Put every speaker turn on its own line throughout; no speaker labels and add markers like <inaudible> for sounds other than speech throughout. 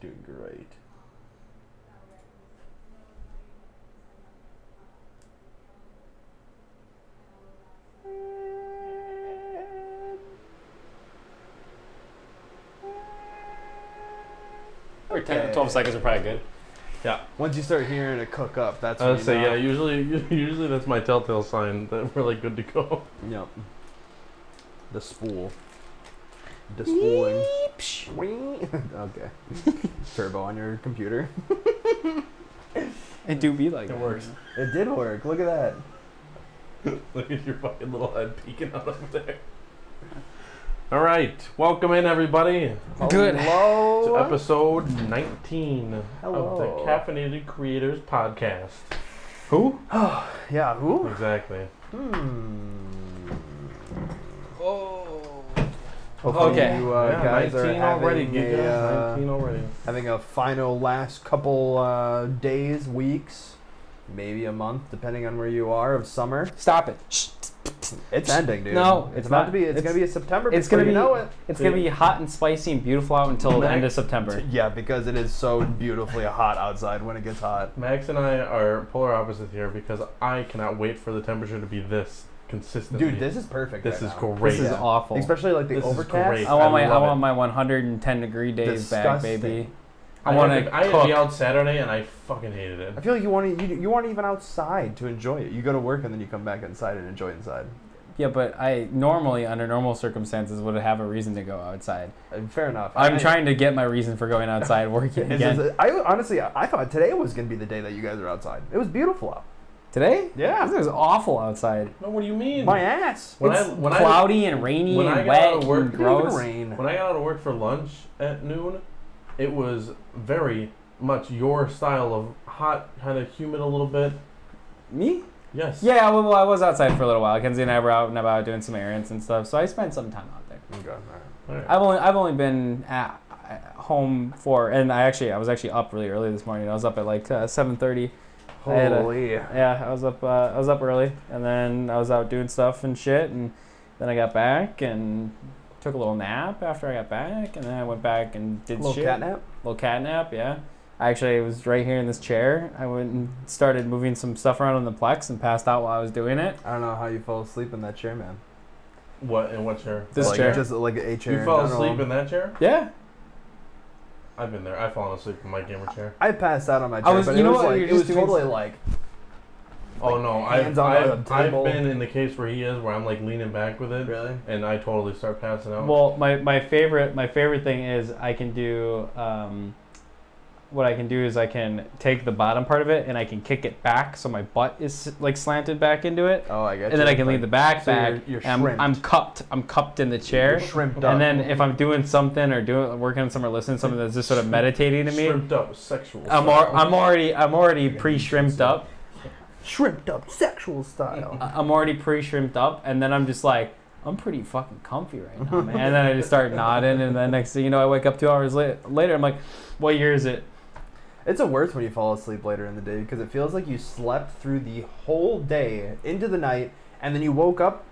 doing great.
Or 10
Okay.
to 12 seconds are probably good.
Yeah.
Once you start hearing it cook up, that's
I
when
would
you
say Uh, yeah.
know.
Usually, <laughs> usually that's my telltale sign that we're like good to
<laughs>
go.
Yep. The spool. The spooling. Whee! <laughs>
<laughs>
okay. Turbo on your computer.
It do be like
It works.
It did work. Look at that.
<laughs> Look at your fucking little head peeking out of there. All right, welcome in everybody
Good.
to
Hello.
episode 19 of
Hello.
the Caffeinated Creators Podcast. Who?
<sighs> yeah. Who?
Exactly.
Hmm.
Oh.
Hopefully
Okay.
You uh,
Yeah,
guys are
19 already,
having
Giga.
a, uh,
19 already.
having a final last couple uh, days, weeks, maybe a month, depending on where you are of summer.
Stop it. Shh.
It's ending, dude.
No,
it's,
it's
about
not.
to be. It's,
It's-
gonna be a September.
it's
before
gonna
you
be-
know it.
It's going to be hot and spicy and beautiful out until the end of September.
Yeah, because it is so beautifully hot outside when it gets hot.
Max and I are polar opposites here because I cannot wait for the temperature to be this consistent.
Dude, this is perfect.
This
right
is
now.
great.
This is
Yeah.
awful.
Especially like the
This is
overcast.
great.
I want
I
my I
love it.
want my 110 degree days back,
Disgusting.
baby. I want
had
to
I had to be
cook.
out Saturday and I fucking hated it.
I feel like you want to. You, you aren't even outside to enjoy it. You go to work and then you come back inside and enjoy inside.
Yeah, but I normally under normal circumstances would have a reason to go outside.
Uh, Fair enough.
I'm
I-
trying to get my reason for going
<laughs>
<laughs>
outside working
This
again.
is- I honestly, I I thought today was gonna be the day that you guys are outside. It was beautiful out.
Today?
Yeah.
This is awful outside.
No, what do you mean?
My ass.
When I-
it's
when I-
cloudy and rainy
when
and
I got out
wet
of work,
and
It didn't even
gross.
rain.
When I got out of work for lunch at noon, it was very much your style of hot, kind of humid a little bit.
Me?
Yes.
Yeah, well, well, I was outside for a little while. Kenzie and I were out and about doing some errands and stuff, so I spent some time out there.
Okay, all right.
All right.
I've only I've only been at, at home for, and I actually I was actually up really early this morning. I was up at like uh, 7:30. I had a-
Holy.
Yeah, I was up. Uh, I was up early, and then I was out doing stuff and shit, and then I got back and took a little nap after I got back, and then I went back and did
Little
shit.
catnap.
Little cat nap, yeah. Actually, it was right here in this chair. I went and started moving some stuff around on the plex and passed out while I was doing it.
I don't know how you fell asleep in that chair, man.
What and what chair?
This
like,
chair.
Just like a chair.
You
in
fell
general.
asleep in that chair?
Yeah,
I've been there. I've fallen asleep in my gamer chair.
I passed out on my chair,
was-
but
you
it
know
was
what,
like
you're
it
just
was
doing
totally like
oh no,
hands
I've,
on the
I've, I've
table.
been in the case where he is, where I'm like leaning back with it,
really.
and I totally start passing out.
Well, my, my favorite my favorite thing is I can do um, what I can do is I can take the bottom part of it and I can kick it back so my butt is like slanted back into it,
Oh, I get
and then I can lean the back
so
back.
you're- you're
and I'm,
shrimped.
I'm cupped. I'm cupped in the chair.
shrimped up.
And then if I'm doing something or doing working on something or listening to something that's just sort of meditating to me,
Shrimped up, sexual.
I'm al- I'm already I'm already pre shrimped up.
shrimped up sexual style.
<laughs> I- I'm already pre shrimped up, and then I'm just like. I'm pretty fucking comfy right now, man. And then I just start nodding, and then next thing you know, I wake up two hours la- later. I'm like, what year is it?
it's a worse when you fall asleep later in the day because it feels like you slept through the whole day into the night, and then you woke up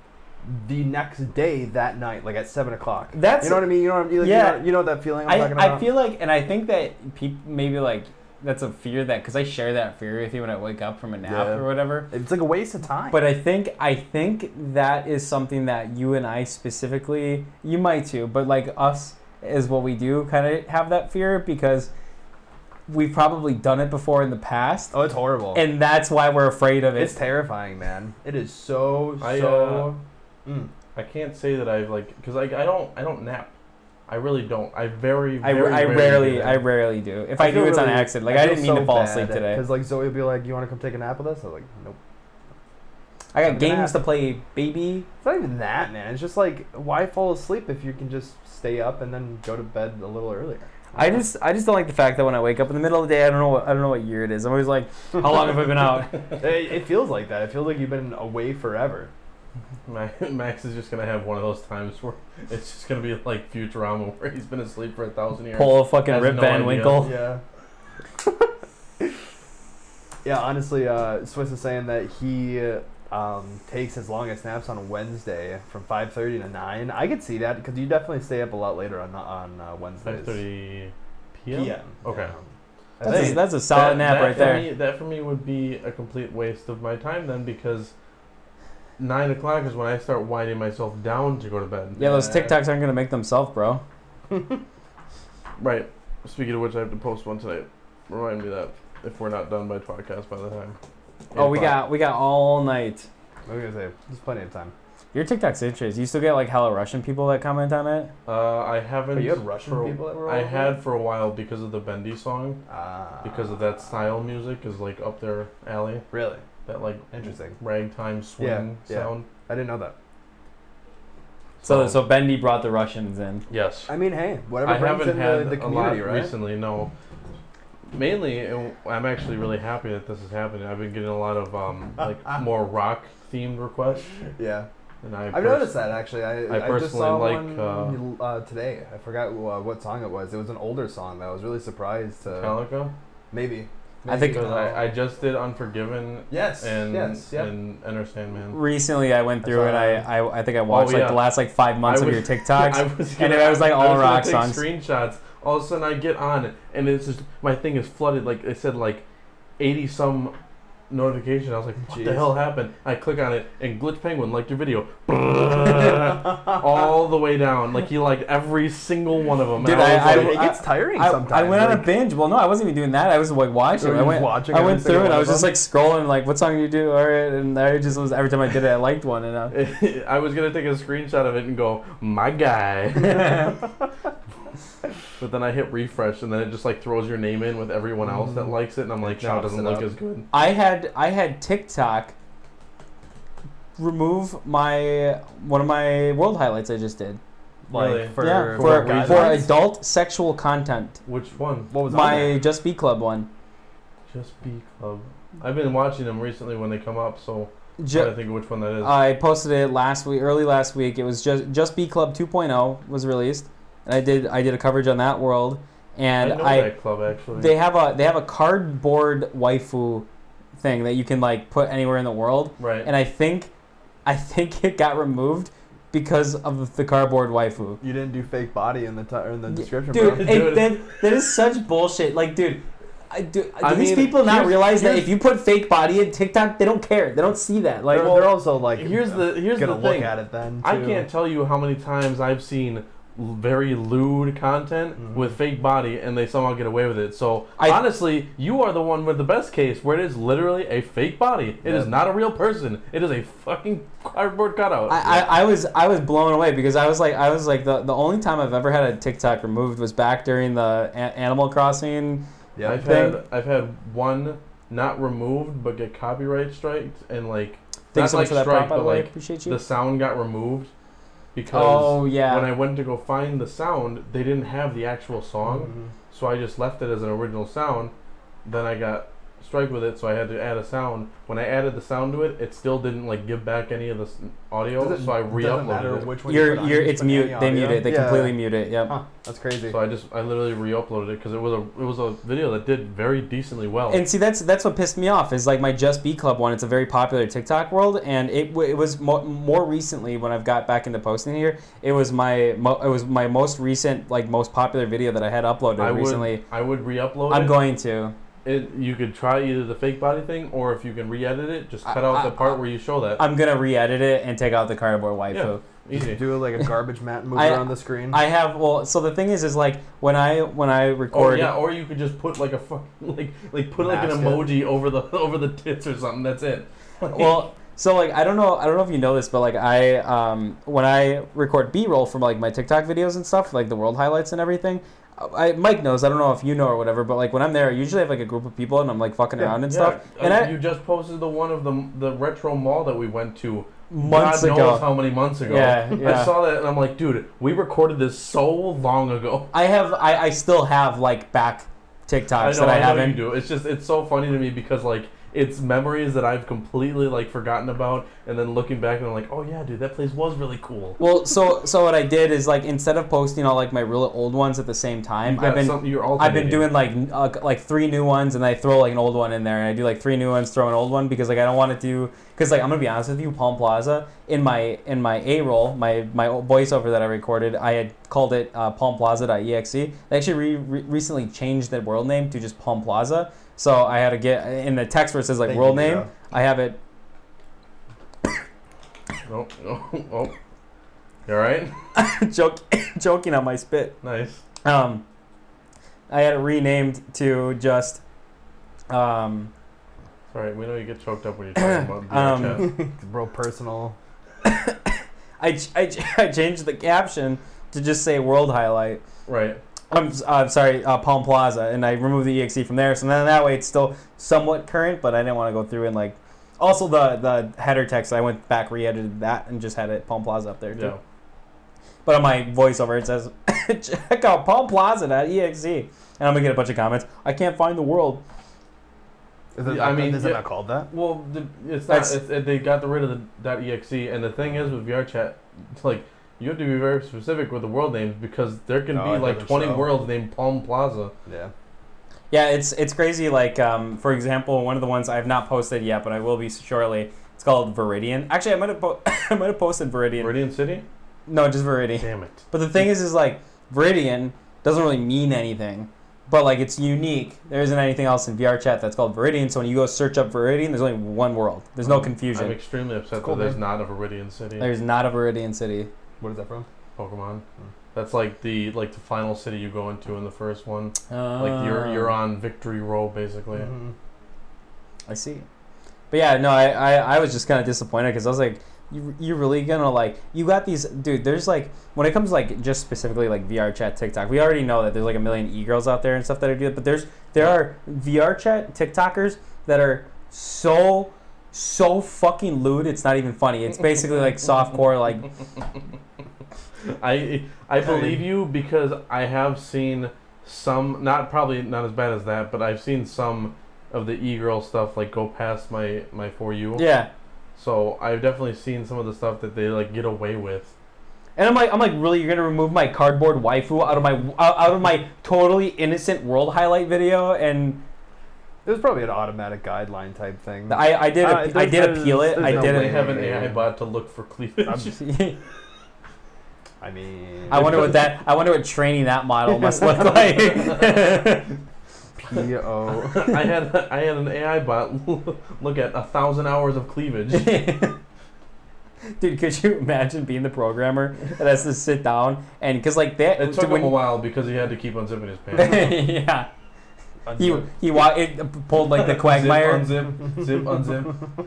the next day that night, like at seven o'clock.
That's-
you know what I mean. You know what I mean? Like,
Yeah.
You know, you know that feeling I'm
I,
talking about.
I feel like, and I think that people maybe like that's a fear that because I share that fear with you when I wake up from a nap
Yeah.
or whatever.
it's like a waste of time.
But I think I think that is something that you and I specifically, you might too, but like us is what we do kind of have that fear because we've probably done it before in the past,
oh, it's horrible.
and that's why we're afraid of it.
it's terrifying, man. It is so
I, uh,
so. Mm.
I can't say that I've like because I, I don't I don't nap. I really don't. I very
I,
very
I
rarely do
rarely,
that.
I rarely do. If I, do, it's on accident. Like I, didn't mean to fall asleep today.
Because like Zoe would be like, "You want to come take a nap with us?" I was like, "Nope."
I got
I'm gonna have-
games to play, baby.
It's not even that, man. It's just like, why fall asleep if you can just stay up and then go to bed a little earlier?
I just, I just don't like the fact that when I wake up in the middle of the day, I don't know, what, I don't know what year it is. I'm always like, how long have I been out?
<laughs> it, it feels like that. It feels like you've been away forever.
Ma- <laughs> Max is just gonna have one of those times where <laughs> it's just gonna be like Futurama, <laughs> where he's been asleep for a thousand years.
Pull a fucking
Has
Rip
no
Van
idea.
Winkle.
Yeah. <laughs> yeah. Honestly, uh, Swiss is saying that he um, takes his longest naps on Wednesday from 5:30 to 9. I could see that because you definitely stay up a lot later on on uh, Wednesdays.
Five thirty PM? Okay.
Yeah. I
That's, a,
think-
that's a solid
That-
nap
that
right
for
there.
me- that for me would be a complete waste of my time then because nine o'clock is when I start winding myself down to go to bed.
yeah, those
Yeah.
TikToks aren't gonna make themselves, bro.
Right. Speaking of which, I have to post one tonight. Remind me that if we're not done by podcast by the time.
Oh, we
Eight o'clock.
got we got all night.
I was gonna say there's plenty of time.
Your TikTok's interesting. You still get like hella Russian people that comment on it.
Uh, I haven't.
But you had Russian
for-
people that were.
I
all
had for a while because of the Bendy song,
over? Ah.
because of that style music is like up their alley.
Really
That like
interesting.
ragtime swing
Yeah, yeah.
sound.
I didn't know that.
So so Bendy brought the Russians in.
yes,
I mean, hey, whatever
I
brings
haven't
in
had
the, the
a lot
community, right?
recently. No, mainly and I'm actually really happy that this is happening. I've been getting a lot of um,
<laughs>
like more rock themed requests,
Yeah,
and I
I've noticed that actually. I,
I
I, just
personally
saw
like,
one uh, today. I forgot uh, what song it was. It was an older song that I was really surprised to
Metallica.
maybe.
I think-
Because I, I just did Unforgiven
yes,
and
yes, yep.
and Enter Sandman.
Recently, I went through it. I, I I think I watched
yeah.
like the last like five months
I
of
was-
your TikToks.
was
And it was, like, all
I was gonna
rock
take
songs.
Screenshots. All of a sudden, I get on it, and it's just my thing is flooded. Like it said, like eighty some notification. I was like, what the
Jeez.
hell happened? I click on it, and Glitch Penguin liked your video. <laughs> all the way down. Like he liked every single one of them.
Dude,
and I,
I-
was
it
like,
gets tiring
I,
sometimes.
I went on a
like-
binge. Well, no, I wasn't even doing that. I was like watching.
Were
it.
you
I went.
watching
I
every
went
single
through it.
one
I
of
was just
them?
like scrolling, like what song do you do? All right, and I just was every time I did it, I liked
<laughs>
one, and uh,
I was gonna take a screenshot of it and go, my guy.
<laughs>
but then I hit refresh, and then it just like throws your name in with everyone else
Mm.
that likes it, and I'm like, no, it
chops
doesn't
it
look
up.
as good.
<laughs> I had I had TikTok remove my one of my world highlights I just did
like
Really?
for
yeah,
for,
guys.
for
guidelines?
adult sexual content.
Which one?
what was on
my
there?
Just Be Club one.
Just Be Club. I've been watching them recently when they come up, so I
Ju- Oh,
gotta think of which one that is.
I posted it last week, early last week. It was just Just Be Club 2.0 was released, and I did I did a coverage on that world, and
I know
I
that club actually.
They have a they have a cardboard waifu thing that you can like put anywhere in the world,
right.
and I think I think it got removed because of the cardboard waifu.
You didn't do fake body in the ti in the
Yeah,
description,
Dude,
bro.
it,
Dude.
That, that is such bullshit. Like, dude. I, do do
I
these
mean,
people not
here's-
realize that
here's-
if you put fake body in TikTok, they don't care. They don't see that. Like,
they're, they're also like
here's the here's
gonna
the
look
thing.
at it then.
I
too.
can't tell you how many times I've seen l- very lewd content
Mhm.
with fake body and they somehow get away with it. So
Mm-hmm. I-
honestly, you are the one with the best case where it is literally a fake body. It is
Yeah.
not a real person. It is a fucking cardboard cutout.
I, I, I was I was blown away because I was like I was like the, the only time I've ever had a TikTok removed was back during the a- Animal Crossing
Yeah,
I've
thing.
had I've had one not removed but get copyright striked and like
Thanks
Not
so much
like
for that
strike,
prop, by
but
the way.
like
Appreciate you.
the sound got removed because
oh yeah.
when I went to go find the sound, they didn't have the actual song.
Mm-hmm.
Mhm.
So I just left it as an original sound. Then I got strike with it, so I had to add a sound. When I added the sound to it, it still didn't like give back any of the s- audio.
Does it-
so I
does it matter
re-uploaded it.
which one you
you're
put on?
you're
You
it's
put
mute.
any
They
audio?
mute it. They
Yeah.
completely mute it. Yep.
Oh.
Huh, that's crazy.
So I just I literally re-uploaded it because it was a it was a video that did very decently well.
And see, that's that's what pissed me off is like my Just Be Club one. It's a very popular TikTok world, and it, w- it was mo- more recently when I've got back into posting here. It was my mo- it was my most recent like most popular video that I had uploaded
I
recently.
would I would re-upload
I'm
it.
going to.
it. You could try either the fake body thing or if you can re-edit it, just
I-
cut out
I-
the part where you show that.
I'm gonna re-edit it and take out the cardboard waifu.
Yeah. Easy.
do like a garbage mat mover
I-
on the screen.
I have well. So the thing is, is like when I when I
Or
record.
Oh, yeah, or you could just put like a fuck <laughs> like like put like an
Mask it.
emoji over the <laughs> over the tits or something. That's it. Like-
<laughs> well so like i don't know i don't know if you know this but like i um when i record b-roll from like my tiktok videos and stuff like the world highlights and everything I, Mike knows. I don't know if you know or whatever, but like when I'm there, I usually have like a group of people and I'm like fucking around and stuff.
Uh,
And I
you just posted the one of the the retro mall that we went to
months
God
ago,
knows how many months ago.
Yeah, yeah.
I saw that and I'm like, dude, we recorded this so long ago.
I have I, I still have like back
<laughs> I
TikToks
know,
that I,
I, know you
haven't.
do. It's just it's so funny to me because like it's memories that I've completely like forgotten about, and then looking back and I'm like, oh yeah, dude, that place was really cool.
Well, so so what I did is like instead of posting all like my really old ones at the same time,
You've
I've
got
been
something- you're
I've been
alternating.
doing like n- uh, like three new ones, and I throw like an old one in there, and I do like three new ones, throw an old one because like I don't want to do Because like I'm gonna be honest with you, Palm Plaza in my in my A roll, my my voiceover that I recorded, I had called it uh, Palm Plaza.exe. They actually re- re- recently changed their world name to just Palm Plaza. So I had to get in the text where it says like
Thank
world
you,
name.
Joe.
I have it. <laughs>
Oh, <laughs> oh, oh. You all right? <laughs>
joke, <coughs> joking on my spit.
Nice.
Um, I had it renamed to just. Um,
Sorry, we know you get choked up when you're talking <coughs> about the
Um,
chat. <laughs>
It's real personal.
I, ch- I, ch- <laughs> I changed the caption to just say world highlight.
Right.
I'm, s- uh, sorry, uh, Palm Plaza, and I removed the exe from there. So then that way it's still somewhat current, but I didn't want to go through and like. Also, the the header text I went back re-edited that and just had it Palm Plaza up there too.
Yeah.
But on my voiceover it says, <laughs> "Check out Palm Plaza at exe," and I'm gonna get a bunch of comments. I can't find the world.
Is it,
Yeah, I
not-
mean,
is it
yeah.
not called that?
Well, the, it's not.
That's-
It's, it, they got rid of the .exe, E, and the thing is with VRChat, it's like you have to be very specific with the world names because there can
No,
be
it
like
doesn't
20
show.
worlds named Palm Plaza.
Yeah.
Yeah, it's it's crazy. Like, um, for example, one of the ones I've not posted yet, but I will be shortly. It's called Viridian. Actually, I might have po- <laughs> I might have posted Viridian.
Meridian City.
No, just Viridian.
Damn it.
But the thing is, is like Viridian doesn't really mean anything. But like it's unique. There isn't anything else in VR chat that's called Viridian. So when you go search up Viridian, there's only one world. There's
Mm,
no
I'm
confusion.
extremely upset
Cool,
that there's
man.
not a Meridian City
There's not a Viridian city.
What is that from?
Pokemon.
Hmm.
That's like the like the final city you go into in the first one.
Uh,
Like you're you're on victory roll basically.
Mhm.
I see. But yeah, no, I, I, I was just kind of disappointed because I was like, you, you really gonna like, you got these, dude, there's like, when it comes like just specifically like VR chat, TikTok, we already know that there's like a million e-girls out there and stuff that are doing it, but there's, there are VR chat TikTokers that are so, so fucking lewd, it's not even funny. It's basically like softcore, like,
I I believe you because I have seen some not probably not as bad as that, but I've seen some of the e girl stuff like go past my my for you.
yeah.
So I've definitely seen some of the stuff that they like get away with.
And I'm like, I'm like, really, you're gonna remove my cardboard waifu out of my, out out of my totally innocent world highlight video? And <laughs>
It was probably an automatic guideline type thing.
I, I did,
Uh,
appe- I
there's-
did appeal it.
there's
I
no
did
way.
They
it.
have an AI
<laughs>
bot to look for cleavage. <laughs>
I'm- I mean,
I wonder
<laughs>
what that. I wonder what training that model must look like.
PO.
I had I had an AI bot <laughs> look at a thousand hours of
<laughs>
cleavage.
<laughs> Dude, could you imagine being the programmer that has to sit down and because like that?
It took
when-
him
<laughs>
a while because he had to keep unzipping his pants.
yeah, he he wa- it pulled like the quagmire.
<laughs> Zip, unzip, zip,
<laughs>
unzip.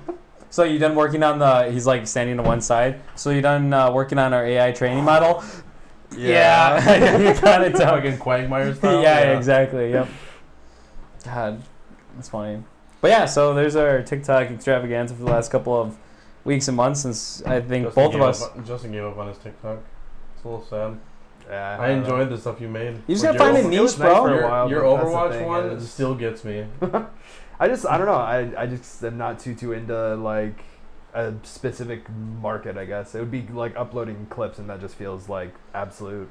So you done working on the? He's like standing to one side. So you done uh, working on our AI
<laughs>
training model? <laughs> you got it done.
Fucking quagmire
<laughs> yeah,
style.
exactly. Yep. God, that's funny. But yeah, so there's our TikTok extravaganza for the last couple of weeks and months since I think
Justin
both of
gave
us.
up- Justin gave up on his TikTok. It's a little sad.
Yeah,
I enjoyed the stuff you made.
You just
But
gotta find
your-
a niche,
was nice
bro.
for a
Your,
while,
your
but that's the
Overwatch
thing
one
is-
still gets me.
<laughs> I just I don't know. I I just am not too too into like a specific market. I guess it would be like uploading clips, and that just feels like absolute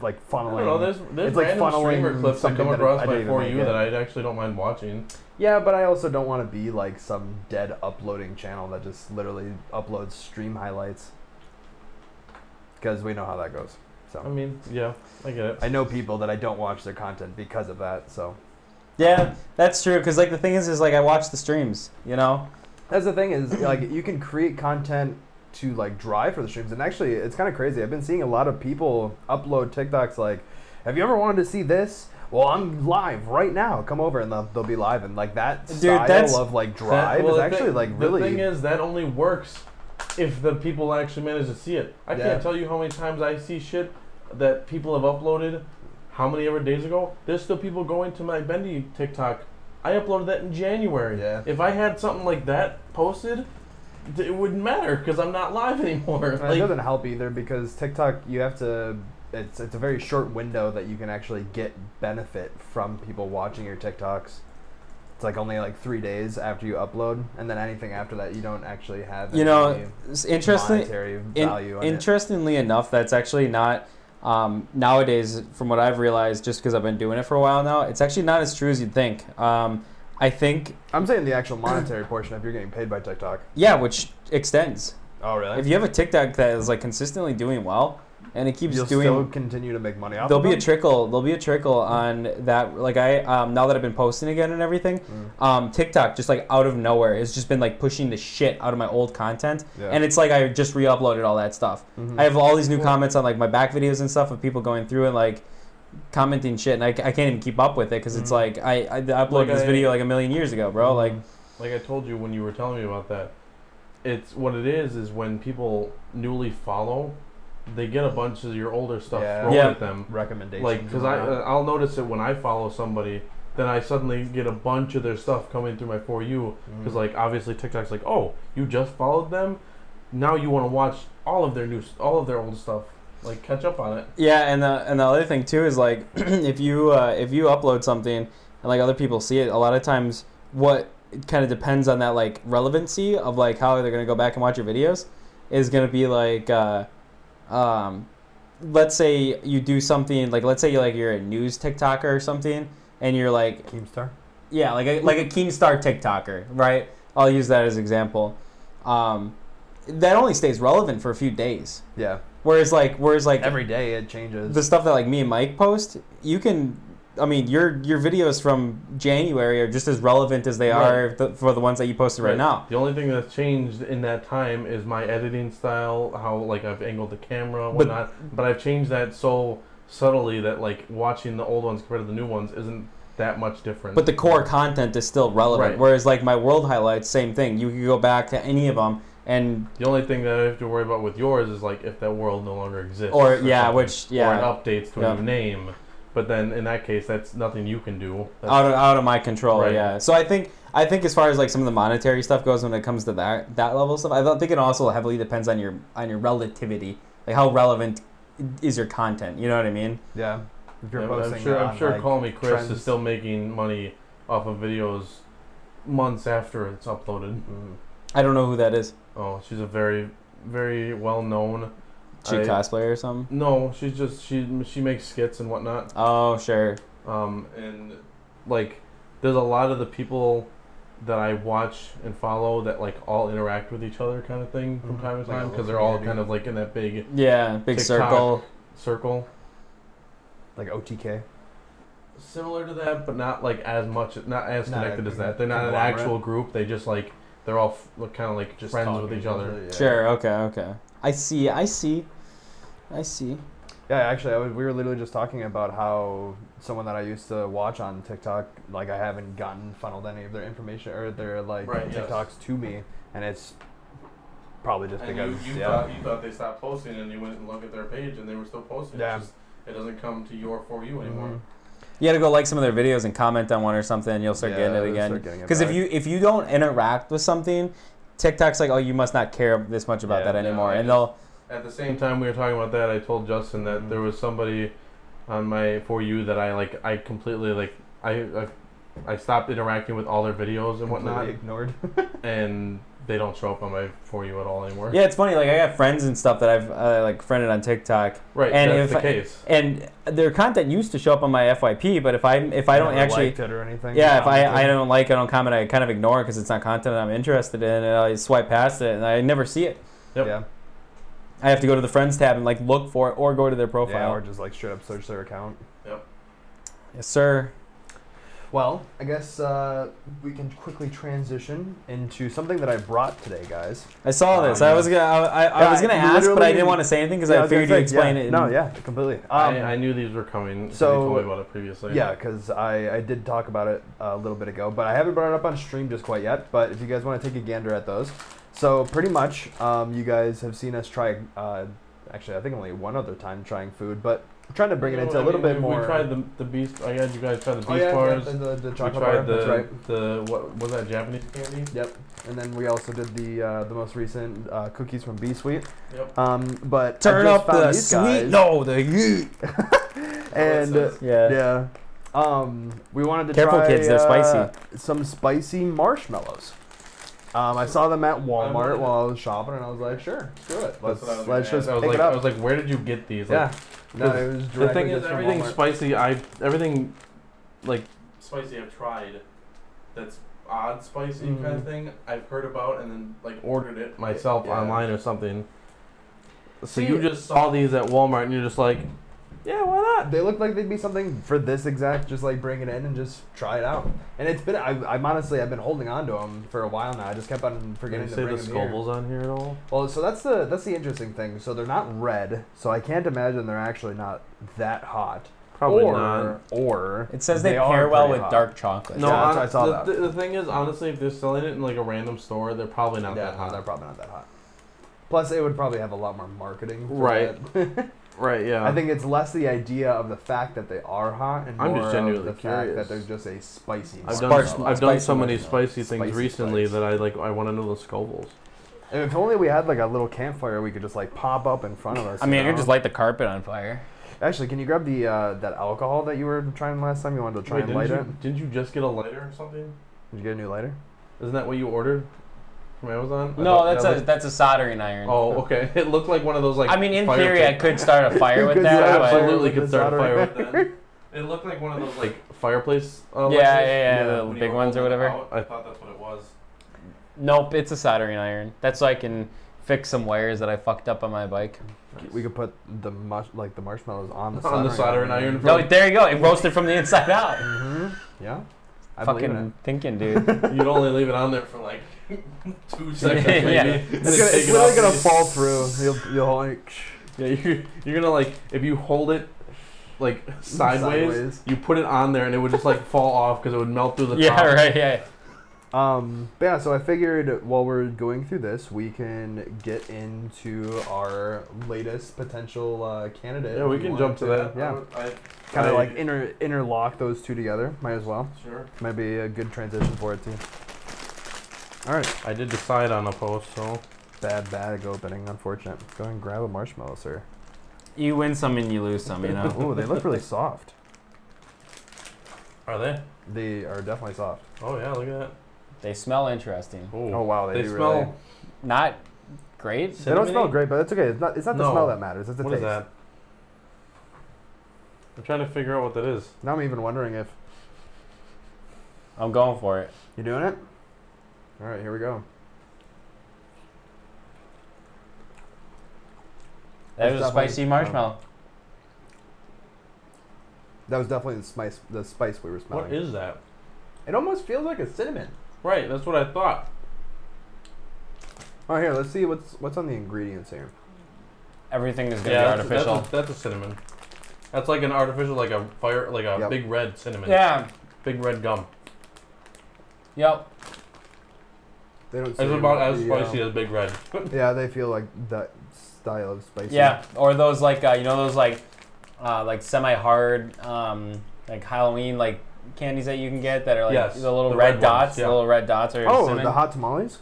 like
I
funneling.
don't know. There's there's
it's like
random
funneling
streamer clips that
something
come
that I
across
didn't
by
even
for
make
you
it.
that I'd actually don't mind watching.
yeah, but I also don't want to be like some dead uploading channel that just literally uploads stream highlights. Because we know how that goes.
I
So
mean, yeah, I get it.
I know people that I don't watch their content because of that. So
Yeah, that's true. Cause like the thing is, is like I watch the streams, you know.
That's the thing is like you can create content to like drive for the streams, and actually it's kind of crazy. I've been seeing a lot of people upload TikToks like, "Have you ever wanted to see this?" Well, I'm live right now. Come over, and they'll, they'll be live, and like that
Dude,
style
that's-
of like
That-
drive
well,
is
the
actually
thing-
like
The thing
really.
is, that only works if the people actually manage to see it. I
Yeah.
can't tell you how many times I see shit that people have uploaded. How many ever days ago? There's still people going to my Bendy TikTok. I uploaded that in January.
Yeah.
If I had something like that posted, th- it wouldn't matter because I'm not live <laughs> anymore.
and it
Like,
doesn't help either because TikTok, you have to. It's it's a very short window that you can actually get benefit from people watching your TikToks. It's like only like three days after you upload, and then anything after that, you don't actually have.
You know,
any-
It's interesting.
monetary
in-
value on it.
interestingly enough, that's actually not um, nowadays. From what I've realized, just because I've been doing it for a while now, it's actually not as true as you'd think. Um, I think
I'm saying the actual monetary portion if you're getting paid by TikTok.
yeah, which extends.
Oh, really?
If you have a TikTok that is like consistently doing well and it keeps
You'll
doing
still continue to make money off
there'll
of
be a
them?
trickle there'll be a trickle on that like i um, now that i've been posting again and everything
Mm.
um, tiktok just like out of nowhere has just been like pushing the shit out of my old content
Yeah.
and it's like i just re-uploaded all that stuff
Hmm.
Mm-hmm.
i have all these new comments on like my back videos and stuff of people going through and like commenting shit and i, c- I can't even keep up with it because it's
Mhm.
like i, I uploaded
Hmm. Like
this
I- Hmm.
video like a million years ago bro like
like I told you when you were telling me about that, it's what it is is when people newly follow, they get a bunch of your older stuff
Yeah.
thrown
Yeah.
at them.
recommendations.
Like because I uh, I'll notice it when I follow somebody, then I suddenly get a bunch of their stuff coming through my for you
Mm-hmm.
because like obviously TikTok's like oh you just followed them, now you want to watch all of their new s- all of their old stuff like catch up on it.
Yeah, and the and the other thing too is like <clears throat> if you uh, if you upload something and like other people see it, a lot of times what it kind of depends on that like relevancy of like how they're gonna go back and watch your videos is gonna be like uh, um, let's say you do something like let's say you like you're a news TikToker or something and you're like
Keemstar.
yeah, like a, like a Keemstar TikToker, right? I'll use that as example. Um, that only stays relevant for a few days.
Yeah.
Whereas like whereas like
Every day it changes.
the stuff that like me and Mike post, you can. I mean, your your videos from January are just as relevant as they are th- for the ones that you posted right, now.
The only thing that's changed in that time is my editing style, how like I've angled the camera, and
But-
whatnot. But, I've changed that so subtly that like watching the old ones compared to the new ones isn't that much different.
But the core content is still relevant.
Right.
Whereas like my world highlights, same thing. You could go back to any of them and
the only thing that I have to worry about with yours is like if that world no longer exists,
or yeah,
something.
which
or it
yeah,
updates to
Yeah.
a new name. But then in that case, that's nothing you can do. That's-
out of out of my control.
Right.
Yeah. So I think I think as far as like some of the monetary stuff goes, when it comes to that that level of stuff, I don't think it also heavily depends on your on your relativity, like how relevant is your content. You know what I mean?
yeah. If you're
I'm-
posting
I'm sure.
on,
I'm sure.
like,
Call me Chris
trends.
is still making money off of videos months after it's uploaded.
Mm-hmm.
Mhm.
I don't know who that is.
Oh, she's a very, very well known.
She
I-
cosplayer or something.
No, she's just she she makes skits and whatnot.
Oh, sure.
Um, and like, there's a lot of the people that I watch and follow that like all interact with each other, kind of thing from
Mhm.
time to
Like a
time
little
because they're all
community.
kind of like in that big
Yeah, big
TikTok.
circle.
circle.
like OTK.
Similar to that, but not like as much, not as
Not
connected
a
as that. They're not an
conglomerate.
actual group. They just like they're all f- kind of like
Just
friends with
talking
each
to
other.
yeah.
Sure. Okay. Okay. I see. I see. I see.
Yeah, actually, I was, we were literally just talking about how someone that I used to watch on TikTok, like I haven't gotten funneled any of their information or their like
Right, yes.
TikToks to me, and it's probably just because yeah,
you thought they stopped posting, and you went and looked at their page, and they were still
It's
posting.
Yeah. just-
it doesn't come to your for you
Mm-hmm.
Mhm.
You got to go like some of their videos and comment on one or something. And you'll start
Yeah,
getting it
they'll
again.
start getting it
Because if
back.
you if you don't interact with something, TikTok's like, oh, you must not care this much about
Yeah,
that
no,
anymore,
I
and they'll
At the same time, we were talking about that. I told Justin that
Mhm.
there was somebody on my for you that I like. I completely like. I I, I stopped interacting with all their videos
completely
and whatnot,
ignored.
and they don't show up on my for you at all anymore.
yeah. It's funny. Like I got friends and stuff that I've uh, like friended on TikTok,
right.
and
that's
if
the
I-
case.
and their content used to show up on my FYP, but if I <laughs> if I don't
Never
actually
liked it or anything.
Yeah, if I, I
commented.
don't like, I don't comment, I kind of ignore it because it's not content I'm interested in, and I swipe past it, and I never see it.
Yep.
yeah,
I have to go to the friends tab and like look for it, or go to their
yeah,
profile.
or just like straight up search their account.
yes, sir.
Well, I guess uh, we can quickly transition into something that I brought today, guys.
I saw
Oh,
this. I
yeah.
was gonna, I, I, I
Yeah,
was gonna
I
ask, but I
literally-
didn't want to say anything because
Yeah,
I
was gonna
figued you'd
say, yeah,
explain it. in-
No, yeah, completely. Um,
I, I knew these were coming. 'cause
so-
you told me about it previously.
Yeah, because I, I did talk about it a little bit ago, but I haven't brought it up on stream just quite yet. But if you guys want to take a gander at those, so pretty much, um, you guys have seen us try. Uh, actually, I think only one other time trying food, but I'm trying to bring it
No,
into
I
a little
mean,
bit
we-
more.
We tried the the beast. I had you guys try the beast
oh, yeah,
bars.
yeah, the, the, the
we
chocolate
tried
bar.
the
That's right.
the what was that Japanese candy?
Yep. And then we also did the uh, the most recent uh, cookies from B Sweet.
Yep.
Um, but I
Turn
just
up
found
the
these
sweet,
guys,
no, the yeet.
and uh,
That's-
Yeah.
yeah, um, we wanted to
Careful,
try,
kids, they're
uh, some spicy marshmallows. Um, I saw them at Walmart
wanted-
while I was shopping, and I was like, sure, let's do it. Let's
That's what I was
let's
gonna
just
ask. I was
pick
like,
it up.
I was like, where did you get these? <laughs> Like,
yeah. No, it was
The
directly
thing is,
just from
everything
Walmart.
spicy. I everything like spicy. I've tried
that's odd spicy kind of
Mhm.
thing I've heard about and then like ordered it
myself
Yeah.
online or something. So
See-
you just saw these at Walmart and you're just like, yeah, why not?
They look like they'd be something for this exact. Just like bring it in and just try it out. And it's been I, I'm honestly I've been holding on to them for a while now. I just kept on
Can you
forgetting to
say
bring
the
'em here.
Scobles on here at all?
Well, so that's the that's the interesting thing. So they're not red, so I can't imagine they're actually not that hot.
Probably
or,
not.
Or
It says they,
they are
pair well
pretty
with
hot.
dark chocolate.
No,
Yeah,
hon-
I- I saw
the,
that.
The, the thing is, honestly, if they're selling it in like a random store, they're probably not
yeah,
that hot.
They're probably not that hot. Plus, it would probably have a lot more marketing. for
Right.
that.
Right? Yeah.
I think it's less the idea of the fact that they are hot and
I'm
more
just
of
genuinely
the fact
curious.
that they're just a spicy.
I've
marshmallow.
done,
Spice-
I've done so
spicy
many
marshmallow.
spicy things
Spicy
recently
spice.
that I like. I want to know the Scobles.
And if only we had like a little campfire, we could just like pop up in front of us.
I mean, I
you
could
know?
just light the carpet on fire.
actually, can you grab the uh, that alcohol that you were trying last time? You wanted to try
Wait,
and
didn't,
light
you,
it.
didn't you just get a lighter or something?
Did you get a new lighter?
Isn't that what you ordered from Amazon? I
No,
thought-
that's
that
a that's a soldering iron.
looked- oh, okay. <laughs> It looked like one of those like.
I mean, in
fire
theory,
pit-
I
<laughs>
<laughs>
could start a fire with
Good
You
that.
start a
But
fire
absolutely
with
could
the
start a
solder.
fire with
<laughs>
that. It looked like one of those like fireplace. Uh,
yeah, yeah, yeah,
Yeah,
the
When you
big
were
ones or
holding it
whatever.
out, I thought that's what it was.
Nope, it's a soldering iron. That's so I can fix some wires that I fucked up on my bike.
We could put the mush, like the marshmallows on the
On the soldering iron.
No, Oh, there you go. It roasted from the inside out.
Mm-hmm. Yeah. I believe in it.
Fucking thinking, dude.
You'd only leave it on there for like <laughs> two seconds,
Yeah.
maybe.
Yeah.
and
It's,
then
gonna,
take
it's
it
literally
off.
gonna fall through. You'll, you'll like.
Yeah, you, you're gonna like if you hold it like sideways,
Sideways.
you put it on there and it would just <laughs> like fall off because it would melt through the
yeah,
top.
right. Yeah.
Um, but yeah, so I figured while we're going through this, we can get into our latest potential uh, candidate.
Yeah, we
if you
can
wanted
jump to that.
Yeah,
I would- I,
kind
I-
of like inter- interlock those two together. Might as well.
sure.
Might be a good transition for it too. All right,
I did decide on a post, so
bad bag opening. Unfortunate. Go and grab a marshmallow, sir.
You win some and you lose some. You know.
Ooh, they look really <laughs> soft.
are they?
They are definitely soft.
Oh yeah, look at that.
<laughs> they smell interesting.
Oh wow, they,
they
do
smell.
Really.
Not great.
They don't smell
cinnamony?
great, but that's okay. It's not. It's not the
No.
smell that matters. It's the
What
taste.
is that? I'm trying to figure out what that is.
Now I'm even wondering if
I'm going for it.
you doing it. All right, here we go.
That
It's
was a
definitely-
spicy marshmallow.
That was definitely the spice. The spice we were smelling.
What is that?
It almost feels like a cinnamon.
Right, that's what I thought.
All right, here. Let's see what's what's on the ingredients here.
Everything is gonna
Yeah,
be
that's, that's
artificial.
a, that's a cinnamon. That's like an artificial, like a fire, like a
Yep.
big red cinnamon.
yeah.
Big red gum.
Yep.
They don't.
It's
say what
about as
the, uh,
um,
spicy as big red.
Yeah, they feel like that style of spicy.
Yeah. Or those like uh, you know those like uh, like semi-hard um, like Halloween like candies that you can get that are like
Yes,
the little
the
red,
red ones,
dots.
yeah.
The little red dots are
Oh,
cinnamon.
the hot tamales.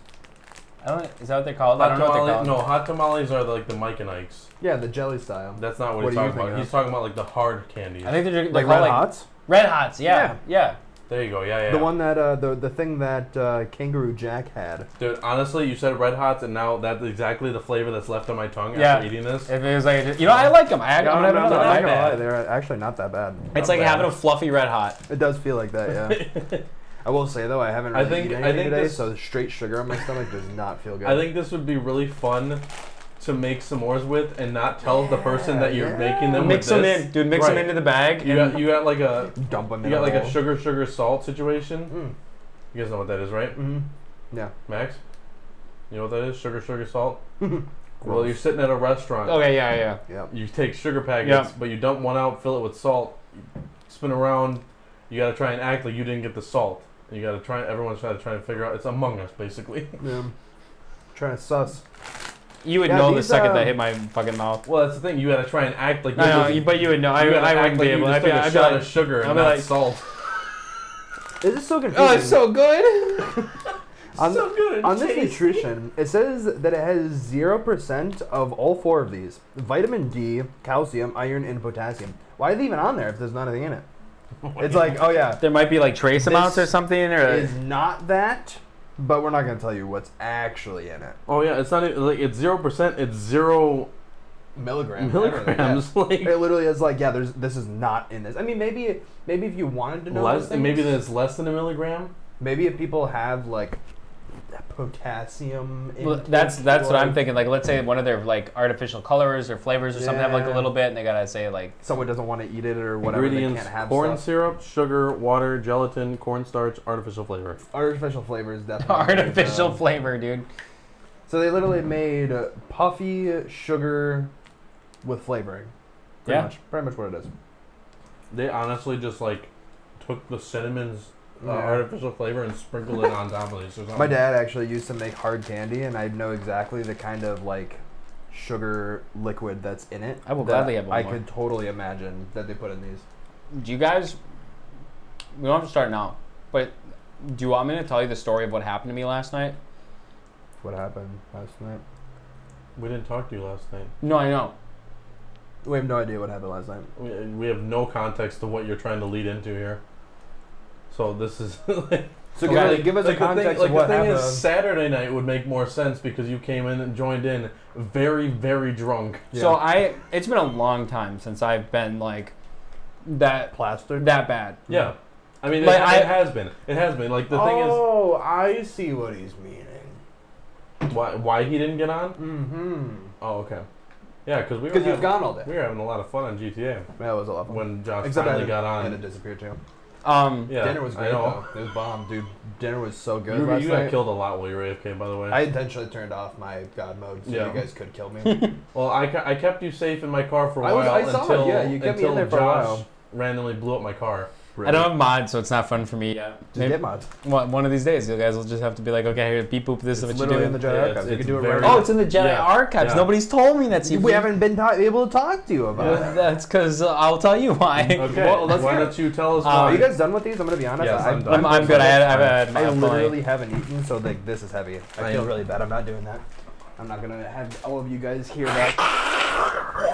I don't, is that what they're called? I
Hot
don't know what they're
tamales,
called.
no, hot tamales are like the Mike and Ike's.
Yeah, the jelly style.
That's not what,
What
he's
are you
talking about.
thinking
He's talking about like the hard candies.
I think they're, they're
like
called
red
like
hots.
Red Hots. Yeah, yeah.
there you go. Yeah, yeah.
The
yeah.
one that uh, the the thing that uh, Kangaroo Jack had.
Dude, honestly, you said Red Hots, and now that's exactly the flavor that's left on my tongue
Yeah.
after eating this.
If it was like, you know, I like them. I,
No,
I'm
no, no,
gonna have
no,
another
I'm not
Red
gonna
Hot.
lie, they're actually not that bad.
It's like
bad.
having a fluffy Red Hot.
It does feel like that, yeah.
<laughs>
I will say though, I haven't
I
really
think-
eaten
I
anything
think
today,
this-
so the straight sugar on my stomach does not feel good.
I think this would be really fun to make s'mores with, and not tell the person that you're
Yeah,
making them.
Mix
with
them
this.
in, dude. Mix them
Right.
into the bag.
You
and-
got you got like a
dump them
uh, you
in.
got like a
bowl.
sugar sugar salt situation.
Mm.
You guys know what that is, right,
hmm
Max? You know what that is? Sugar sugar
<laughs>
salt. Well,
Gross.
you're sitting at a restaurant.
okay, yeah, yeah.
Yeah.
You take sugar packets,
Oh. Yeah.
but you dump one out, fill it with salt, spin around. You gotta try and act like you didn't get the salt. You gotta try. Everyone's trying to try and figure out. It's Among Us, basically. <laughs>
yeah. Trying to suss.
You would
Yeah,
know the
these,
second
um,
that hit my fucking mouth.
Well, that's the thing. You gotta try and act like.
No,
you
no,
didn't-
you- but you would know. I,
you gotta
I
act
wouldn't
like
be
you
able.
just
I'd be,
took a
I'd be
<laughs>
shot
like,
of sugar
I'd
and
be
not
like- <laughs>
salt.
This is so confusing.
oh, it's so good.
on,
so good.
on this
taste.
nutrition, it says that it has 0% of all four of these vitamin D, calcium, iron, and potassium. Why is it even on there if there's not anything in it? It's like, oh yeah,
There might be like trace amounts or
This
something, or
it's not that, but we're not going to tell you what's actually in it.
Oh yeah, it's not even, like it's zero percent. It's zero
Milligrams.
milligrams. Like <laughs>
It literally is like, yeah, there's this is not in this. I mean, maybe maybe if you wanted to know
less,
those
maybe
things-
then it's less than a milligram.
Maybe if people have like that potassium.
Well,
intake,
that's that's what I'm
like,
thinking. Like, let's say one of their like artificial colors or flavors or something have like a
Yeah.
little bit, and they gotta say like <laughs>
Someone doesn't want to eat it or whatever. They
Ingredients:
can't have
corn
stuff.
syrup, sugar, water, gelatin, cornstarch, artificial flavor.
artificial flavors. Definitely
<laughs> artificial
Um,
flavor, dude.
So they literally made uh, puffy sugar with flavoring. Pretty
Yeah.
much, pretty much what it is.
They honestly just like took the cinnamon's uh,
Yeah.
artificial flavor and sprinkled it on top of these. or something.
My dad actually used to make hard candy, and I know exactly the kind of like sugar liquid that's in it.
I will
that
gladly have one
I
more.
could totally imagine that they put in these.
Do you guys? We don't have to start now, but do you want me to tell you the story of what happened to me last night?
What happened last night?
We didn't talk to you last night.
No, I know.
We have no idea what happened last night.
We, we have no context to what you're trying to lead into here. So this is <laughs> like,
So
Okay.
give, us- give us
like
a
the
context
thing, like
of what
the thing
happened.
is Saturday night would make more sense because you came in and joined in very very drunk.
So
Yeah.
I it's been a long time since I've been like that
plastered.
that bad.
Yeah, I mean
Like,
it,
I-
it has been it has been like the
oh, I see what he's meaning.
thing is why why he didn't get on.
Mm-hmm.
Oh okay, yeah because we were
Because you've
having,
gone all day.
we were having a lot of fun on GTA
That was a lot of fun.
when Josh
Except I
finally
didn't-
got
and it
on.
disappeared too.
Um
Yeah,
Dinner was
I
great
know.
though. It was bomb, dude. Dinner was so good
You,
last
you got
night.
killed a lot while you were AFK, by the way.
I intentionally turned off my god mode so
Yeah.
you guys could
<laughs>
kill me.
Well, I, ca- I kept you safe in my car for a
I was-
while
I saw it,
until,
yeah, you kept me
until
in there for a
Josh
while.
randomly blew up my car.
I don't have mods, so it's not fun for me yet.
Just
Maybe,
get mods.
one, one of these days, you guys will just have to be like, okay, here, beep boop, this
It's
is what
literally
you're
in the Jedi
doing.
Yeah,
Archives.
it's-
You can
it's
do it
very-
right
Oh,
now.
it's in the Jedi Yeah.
archives.
Yeah.
Nobody's told me that's
we haven't been ta- able to talk to you about it.
That's because I'll tell you
<laughs>
why.
<laughs>
Okay,
Well, let's
why
get-
don't you tell us
Uh,
Are
why?
you guys done with these? I'm gonna be honest.
Yes,
I,
I'm done.
I'm, I'm good. I had, I've had
I
my
literally haven't eaten, so like this is heavy. I
I
feel
am-
really bad. I'm not doing that. I'm not gonna have all of you guys hear that.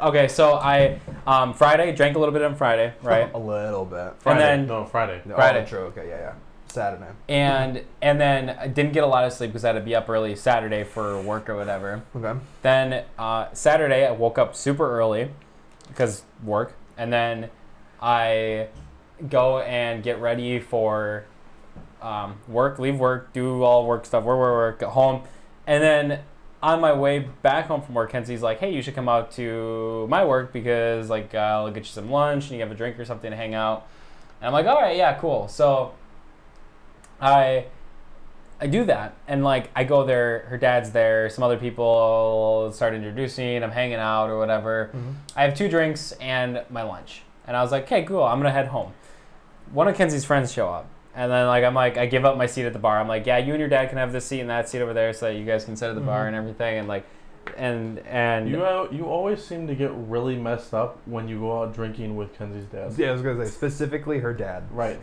Okay, so I um, Friday drank a little bit on Friday,
<laughs>
right?
<laughs> a little bit.
Friday.
then-
no, Friday.
No,
Friday.
Oh, true. Okay. Yeah. Yeah. Saturday.
and and then I didn't get a lot of sleep because I had to be up early Saturday for work or whatever.
Okay.
Then uh, Saturday, I woke up super early because work, and then I go and get ready for um, work, leave work, do all work stuff, work, work, work, get home, and then on my way back home from work, Kenzie's like, "Hey, you should come out to my work because like I'll get you some lunch and you have a drink or something to hang out." And I'm like, "All right, yeah, cool." So I I do that, and like I go there. Her dad's there. Some other people start introducing. I'm hanging out or whatever. I have two drinks and my lunch, and I was like, "Okay, cool. I'm gonna head home." One of Kenzie's friends show up, and then like I'm like, I give up my seat at the bar. I'm like, "Yeah, you and your dad can have this seat and that seat over there, so that you guys can sit at the
Mm-hmm.
bar and everything." And like, and and
You al- you always seem to get really messed up when you go out drinking with Kenzie's dad.
Yeah, I was gonna say specifically her dad.
Right.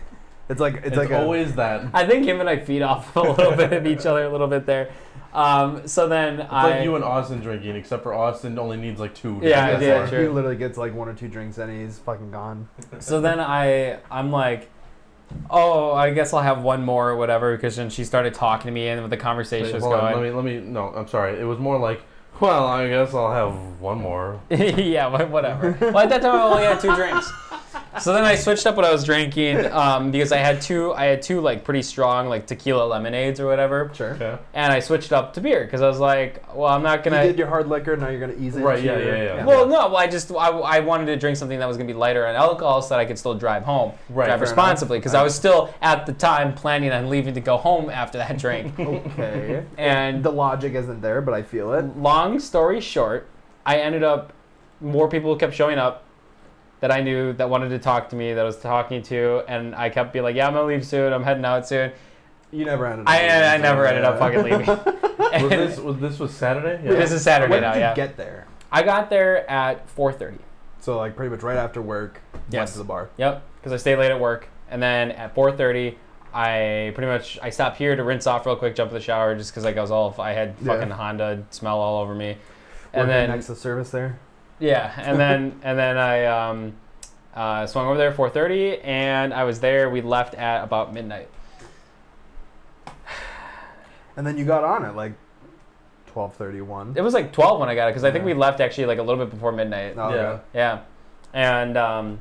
It's like it's,
It's,
like a,
always that. It's
I think him and I feed off <laughs> a little bit of each
<laughs>
other a little bit there. Um, so then I
like you and Austin drinking, except for Austin only needs like two. to
Yeah,
get
yeah,
far.
true.
He literally gets like one or two drinks and he's fucking gone.
so then I I'm like, oh, I guess I'll have one more or whatever because then she started talking to me and the conversation
Wait,
was
hold on,
going.
let me let me. No, I'm sorry. It was more like, well, I guess I'll have one more.
<laughs> yeah, wha-
<laughs>
whatever. well, at that time I only had two drinks. So then I switched up what I was drinking um, because I had two I had two like pretty strong like tequila lemonades or whatever,
Sure.
Okay.
and I switched up to beer because I was like, well, I'm not
you
gonna.
did your hard liquor. Now you're gonna ease it.
Right, yeah, yeah, yeah.
Well, no, well, I just I, I wanted to drink something that was gonna be lighter on alcohol so that I could still drive home,
Right,
drive
fair
responsibly, because I was still at the time planning on leaving to go home after that drink.
okay.
<laughs> and
The logic isn't there, but I feel it.
long story short, I ended up more people kept showing up that I knew that wanted to talk to me that I was talking to, and I kept being like, "Yeah, I'm gonna leave soon. I'm heading out soon."
You never ended.
I I never ended up fucking
<laughs>
leaving.
Was
And <laughs>
this was this was Saturday? Yeah.
this is Saturday
When
now.
did you
yeah,
get there?
I got there at 4:30.
So like pretty much right after work, went
Yes.
to the bar.
Yep, because I stay late at work, and then at 4:30, I pretty much I stop here to rinse off real quick, jump in the shower, just because like I was all I had
Yeah.
fucking Honda smell all over me,
Working
and then
next to service there.
yeah,
<laughs>
and then and then I um, uh, swung over there at 4:30, and I was there. We left at about midnight.
And then you got on at like twelve thirty one.
It was like 12 when I got it, because I think
Yeah.
we left actually like a little bit before midnight.
Oh,
Yeah.
Yeah, and um,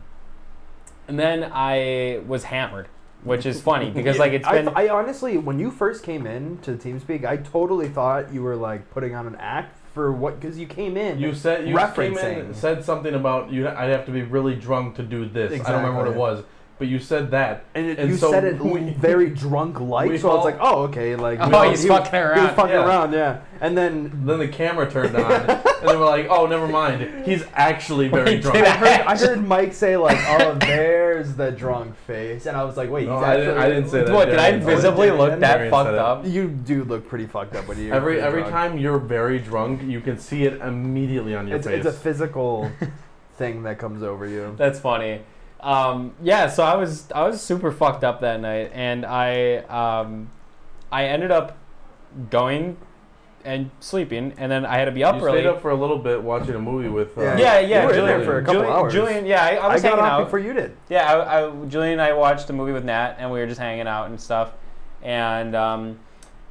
and then I was hammered. which is
<laughs>
funny because like it's
I,
been
I honestly, when you first came in to TeamSpeak, I totally thought you were like putting on an act for what because you came in.
You said you came in
Referencing.
and said something about you. I'd have to be really drunk to do this. I don't remember what it
Exactly.
was, but you said that.
and it,
and
you
so
said
<laughs>
it
<laughs> we-
very drunk like,
we
so I was
all-
like, oh okay, like
Oh,
we all-
he's
he was-
fucking
he was
around.
fucking
Yeah.
around, yeah. And then
Then the camera turned on, and then we're like, "Oh, never mind. He's
<laughs>
actually very
He
drunk."
did
I heard, I heard Mike say like, "Oh, there's the drunk face," and I was like, "Wait,
No,
he's
I didn't-
actually-
I didn't say that.
What, did I
Darian said it.
visibly look
Darian
that
said
fucked
it.
up?
You do look pretty fucked up when you
Every every time you're very drunk, you can see it immediately on your
It's,
face.
it's a
<laughs>
physical thing that comes over you.
That's funny. Um, yeah, so I was I was super fucked up that night, and I um, I ended up going and sleeping, and then I had to be up
you
early.
stayed up for a little bit watching a movie with. Uh,
yeah, yeah.
You were in
Julian,
there for a couple
Julian,
hours.
Julian, yeah, I, I was
got
hanging
off
out.
before you did.
Yeah, I, I, Julian and I watched a movie with Nat, and we were just hanging out and stuff. And um,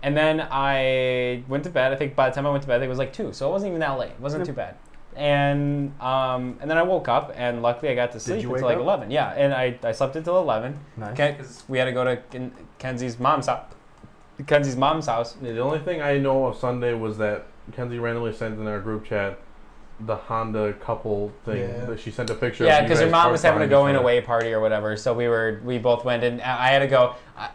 and then I went to bed. I think by the time I went to bed, it was like two, so it wasn't even that late. It wasn't
Yep.
too bad. And um, and then I woke up, and luckily I got to sleep
you
until
wake
like
up?
eleven. Yeah, and I, I slept until eleven.
Nice.
Because we had to go to Ken- Kenzie's mom's house. Kenzie's mom's house.
The only thing I know of Sunday was that Kenzie randomly sent in our group chat the Honda couple thing.
Yeah.
That she sent a picture.
Yeah,
of you
because her
guys
mom was
parked
having to
behind
go in
each
a
other.
way party or whatever. So we were we both went, and I I had to go. I,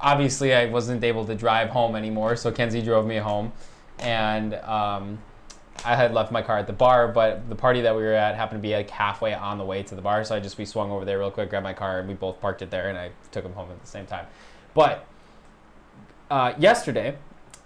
obviously, I wasn't able to drive home anymore, so Kenzie drove me home, and um, I had left my car at the bar. But the party that we were at happened to be like halfway on the way to the bar, so I just we swung over there real quick, grabbed my car, and we both parked it there, and I took him home at the same time. But uh, yesterday,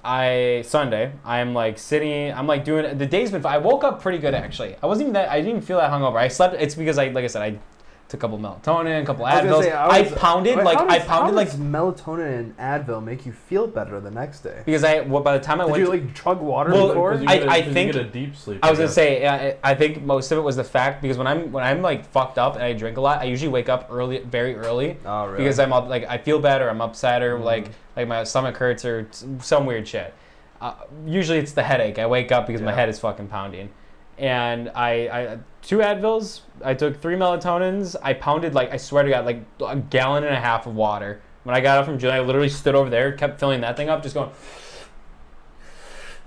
I Sunday, I'm like sitting, I'm like doing the day's been. fi- I woke up pretty good actually. I wasn't even that. I didn't even feel that hungover. I slept. It's because I, like I said, I took a couple melatonin, a couple
I was
Advil.
gonna say, I
I,
was-
pounded
Wait,
like
how
I
does-
pounded
how
like
does melatonin and Advil make you feel better the next day?
because I. Well, by the time I
Did
went,
you like chug water
Well,
before?
Because you
I-
get a-
I
because
think-
you get a deep sleep.
I was gonna
guess.
say, I, I think most of it was the fact because when I'm when I'm like fucked up and I drink a lot, I usually wake up early, very early,
oh, really? Mm-hmm.
because I'm up, like I feel bad or I'm upset or like like my stomach hurts or s- some weird shit. Uh, usually it's the headache. I wake up because my
Yeah.
head is fucking pounding, and I, I two Advils. I took three melatonins. I pounded like I swear to God like a gallon and a half of water. When I got up from Julie, I literally stood over there, kept filling that thing up, just going.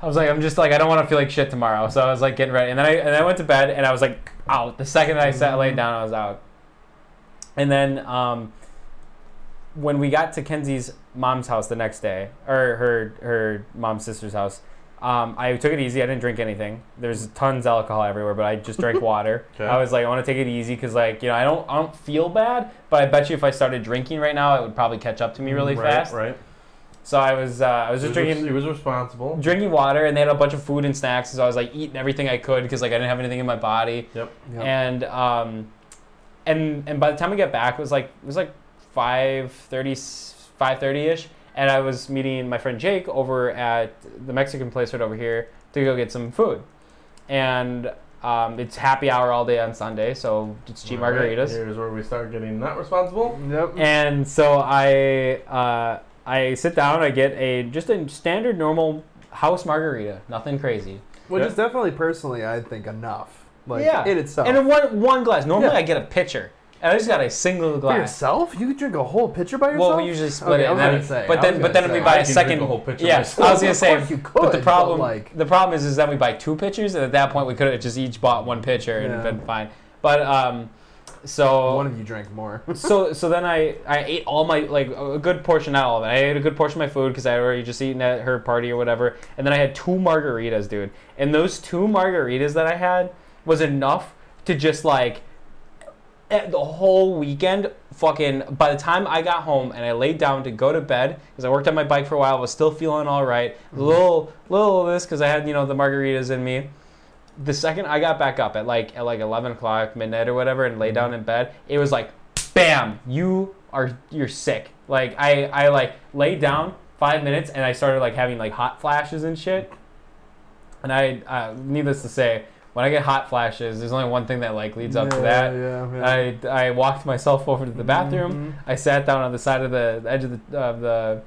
I was like, I'm just like, I don't want to feel like shit tomorrow. So I was like getting ready, and then I and I went to bed, and I was like out. The second I sat laid down, I was out. And then um, when we got to Kenzie's mom's house the next day, or her her mom's sister's house, um, I took it easy. I didn't drink anything. There's tons of alcohol everywhere, but I just drank water.
Okay.
I was like, I want to take it easy because like you know I don't I don't feel bad, but I bet you if I started drinking right now, it would probably catch up to me really
Mm, right,
fast.
Right.
So I was uh, I was
He
just
was,
drinking
he was responsible.
drinking water and they had a bunch of food and snacks so i was like eating everything i could because like i didn't have anything in my body
Yep.
and um and and by the time we got back it was like it was like 530 530ish and i was meeting my friend jake over at the mexican place right over here to go get some food and um, it's happy hour all day on sunday so it's cheap
All right,
margaritas
Here's where we start getting not responsible.
Yep.
and so I uh, I sit down. I get a just a standard normal house margarita, nothing crazy,
Which
Yeah.
is definitely, personally, I think enough. Like
Yeah.
in itself.
and a one one glass. Normally
Oh. Yeah.
I get a pitcher, and I just got a single
For
glass.
yourself, you could drink a whole pitcher by yourself.
Well, we usually split
Okay,
it,
I
and
was
then,
gonna say,
but
I was
then but
gonna
then we
say.
buy
I
a
can drink
second.
a whole pitcher
yeah,
myself.
I was gonna
Of
say.
course you could,
but the problem,
like,
the problem is, is that we buy two pitchers, and at that point we could have just each bought one pitcher and
Yeah.
been fine. But um, so
one of you drank more.
so so then I, I ate all my like a good portion not all of it. I ate a good portion of my food because I had already just eaten at her party or whatever. And then I had two margaritas, dude. And those two margaritas that I had was enough to just like eh, the whole weekend. Fucking by the time I got home and I laid down to go to bed because I worked on my bike for a while, was still feeling all right. A little little of this because I had you know the margaritas in me the second I got back up at like at like eleven o'clock, midnight or whatever, and lay down in bed, it was like, bam, you are you're sick. Like I I like laid down five minutes and I started like having like hot flashes and shit. And I, uh, needless to say, when I get hot flashes, there's only one thing that like leads up to
Yeah,
that.
Yeah, yeah.
I, I walked myself over to the bathroom.
Mhm.
I sat down on the side of the, the edge of the of the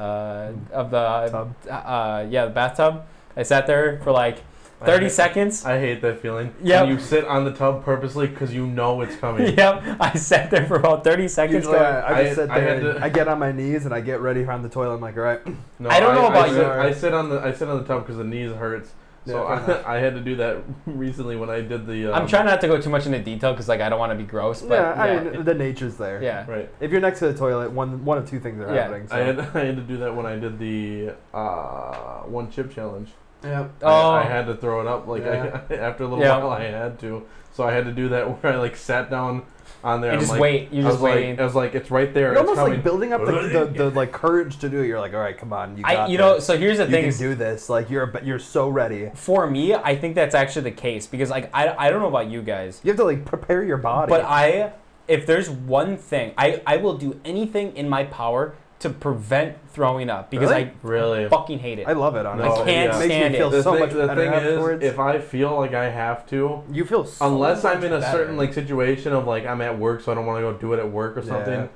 uh, of the
Tub.
uh, yeah the bathtub. I sat there for like
Thirty
I-
seconds.
I hate that feeling.
Yep.
When you sit on the tub purposely because you know it's
<laughs>
coming.
yep. I sat there for about thirty seconds.
Usually,
going,
I, I just
I-
sit
I
there.
had
and
to-
I get on my knees and I get ready from the toilet. I'm like, all right,
No,
I don't know about
I
you.
Sit, I sit on the I sit on the tub because the knees hurts. So
Yeah, fair enough.
<laughs> I, I had to do that recently when I did the. Um,
I'm trying not to go too much into detail because like I don't want to be gross, but
yeah,
yeah,
I mean, the nature's there.
yeah.
Right.
If you're next to the toilet, one one of two things are
Yeah,
happening. So.
I had <laughs> I had to do that when I did the uh, one chip challenge.
yeah.
I-
Oh.
I, had to throw it up like <laughs> I, after a little
Yeah.
while I had to. So I had to do that <laughs> where I like sat down on there.
You
I'm
just
like,
wait. You're
I
just
was like- oh,
waiting.
I was like, it's right
You're
there. it's
almost
coming.
like building
<laughs>
up the, the, the like courage to do it. You're like, all right, come on, you got
I, you know,
this.
so here's the
you
thing:
can
is
do this. Like you're you're so ready.
for me, I think that's actually the case because like I, I don't know about you guys,
You have to like prepare your body.
but I if there's one thing I I will do anything in my power to prevent throwing up because
Really?
really.
I fucking hate it.
I love it. Honestly,
can't
it makes
stand
me
it.
feel
the
so
thing,
much
the
better
thing
afterwards.
is, if I feel like I have to,
you feel so
unless I'm
much
in a
better.
certain like situation of like I'm at work, so I don't want to go do it at work or something.
Yeah.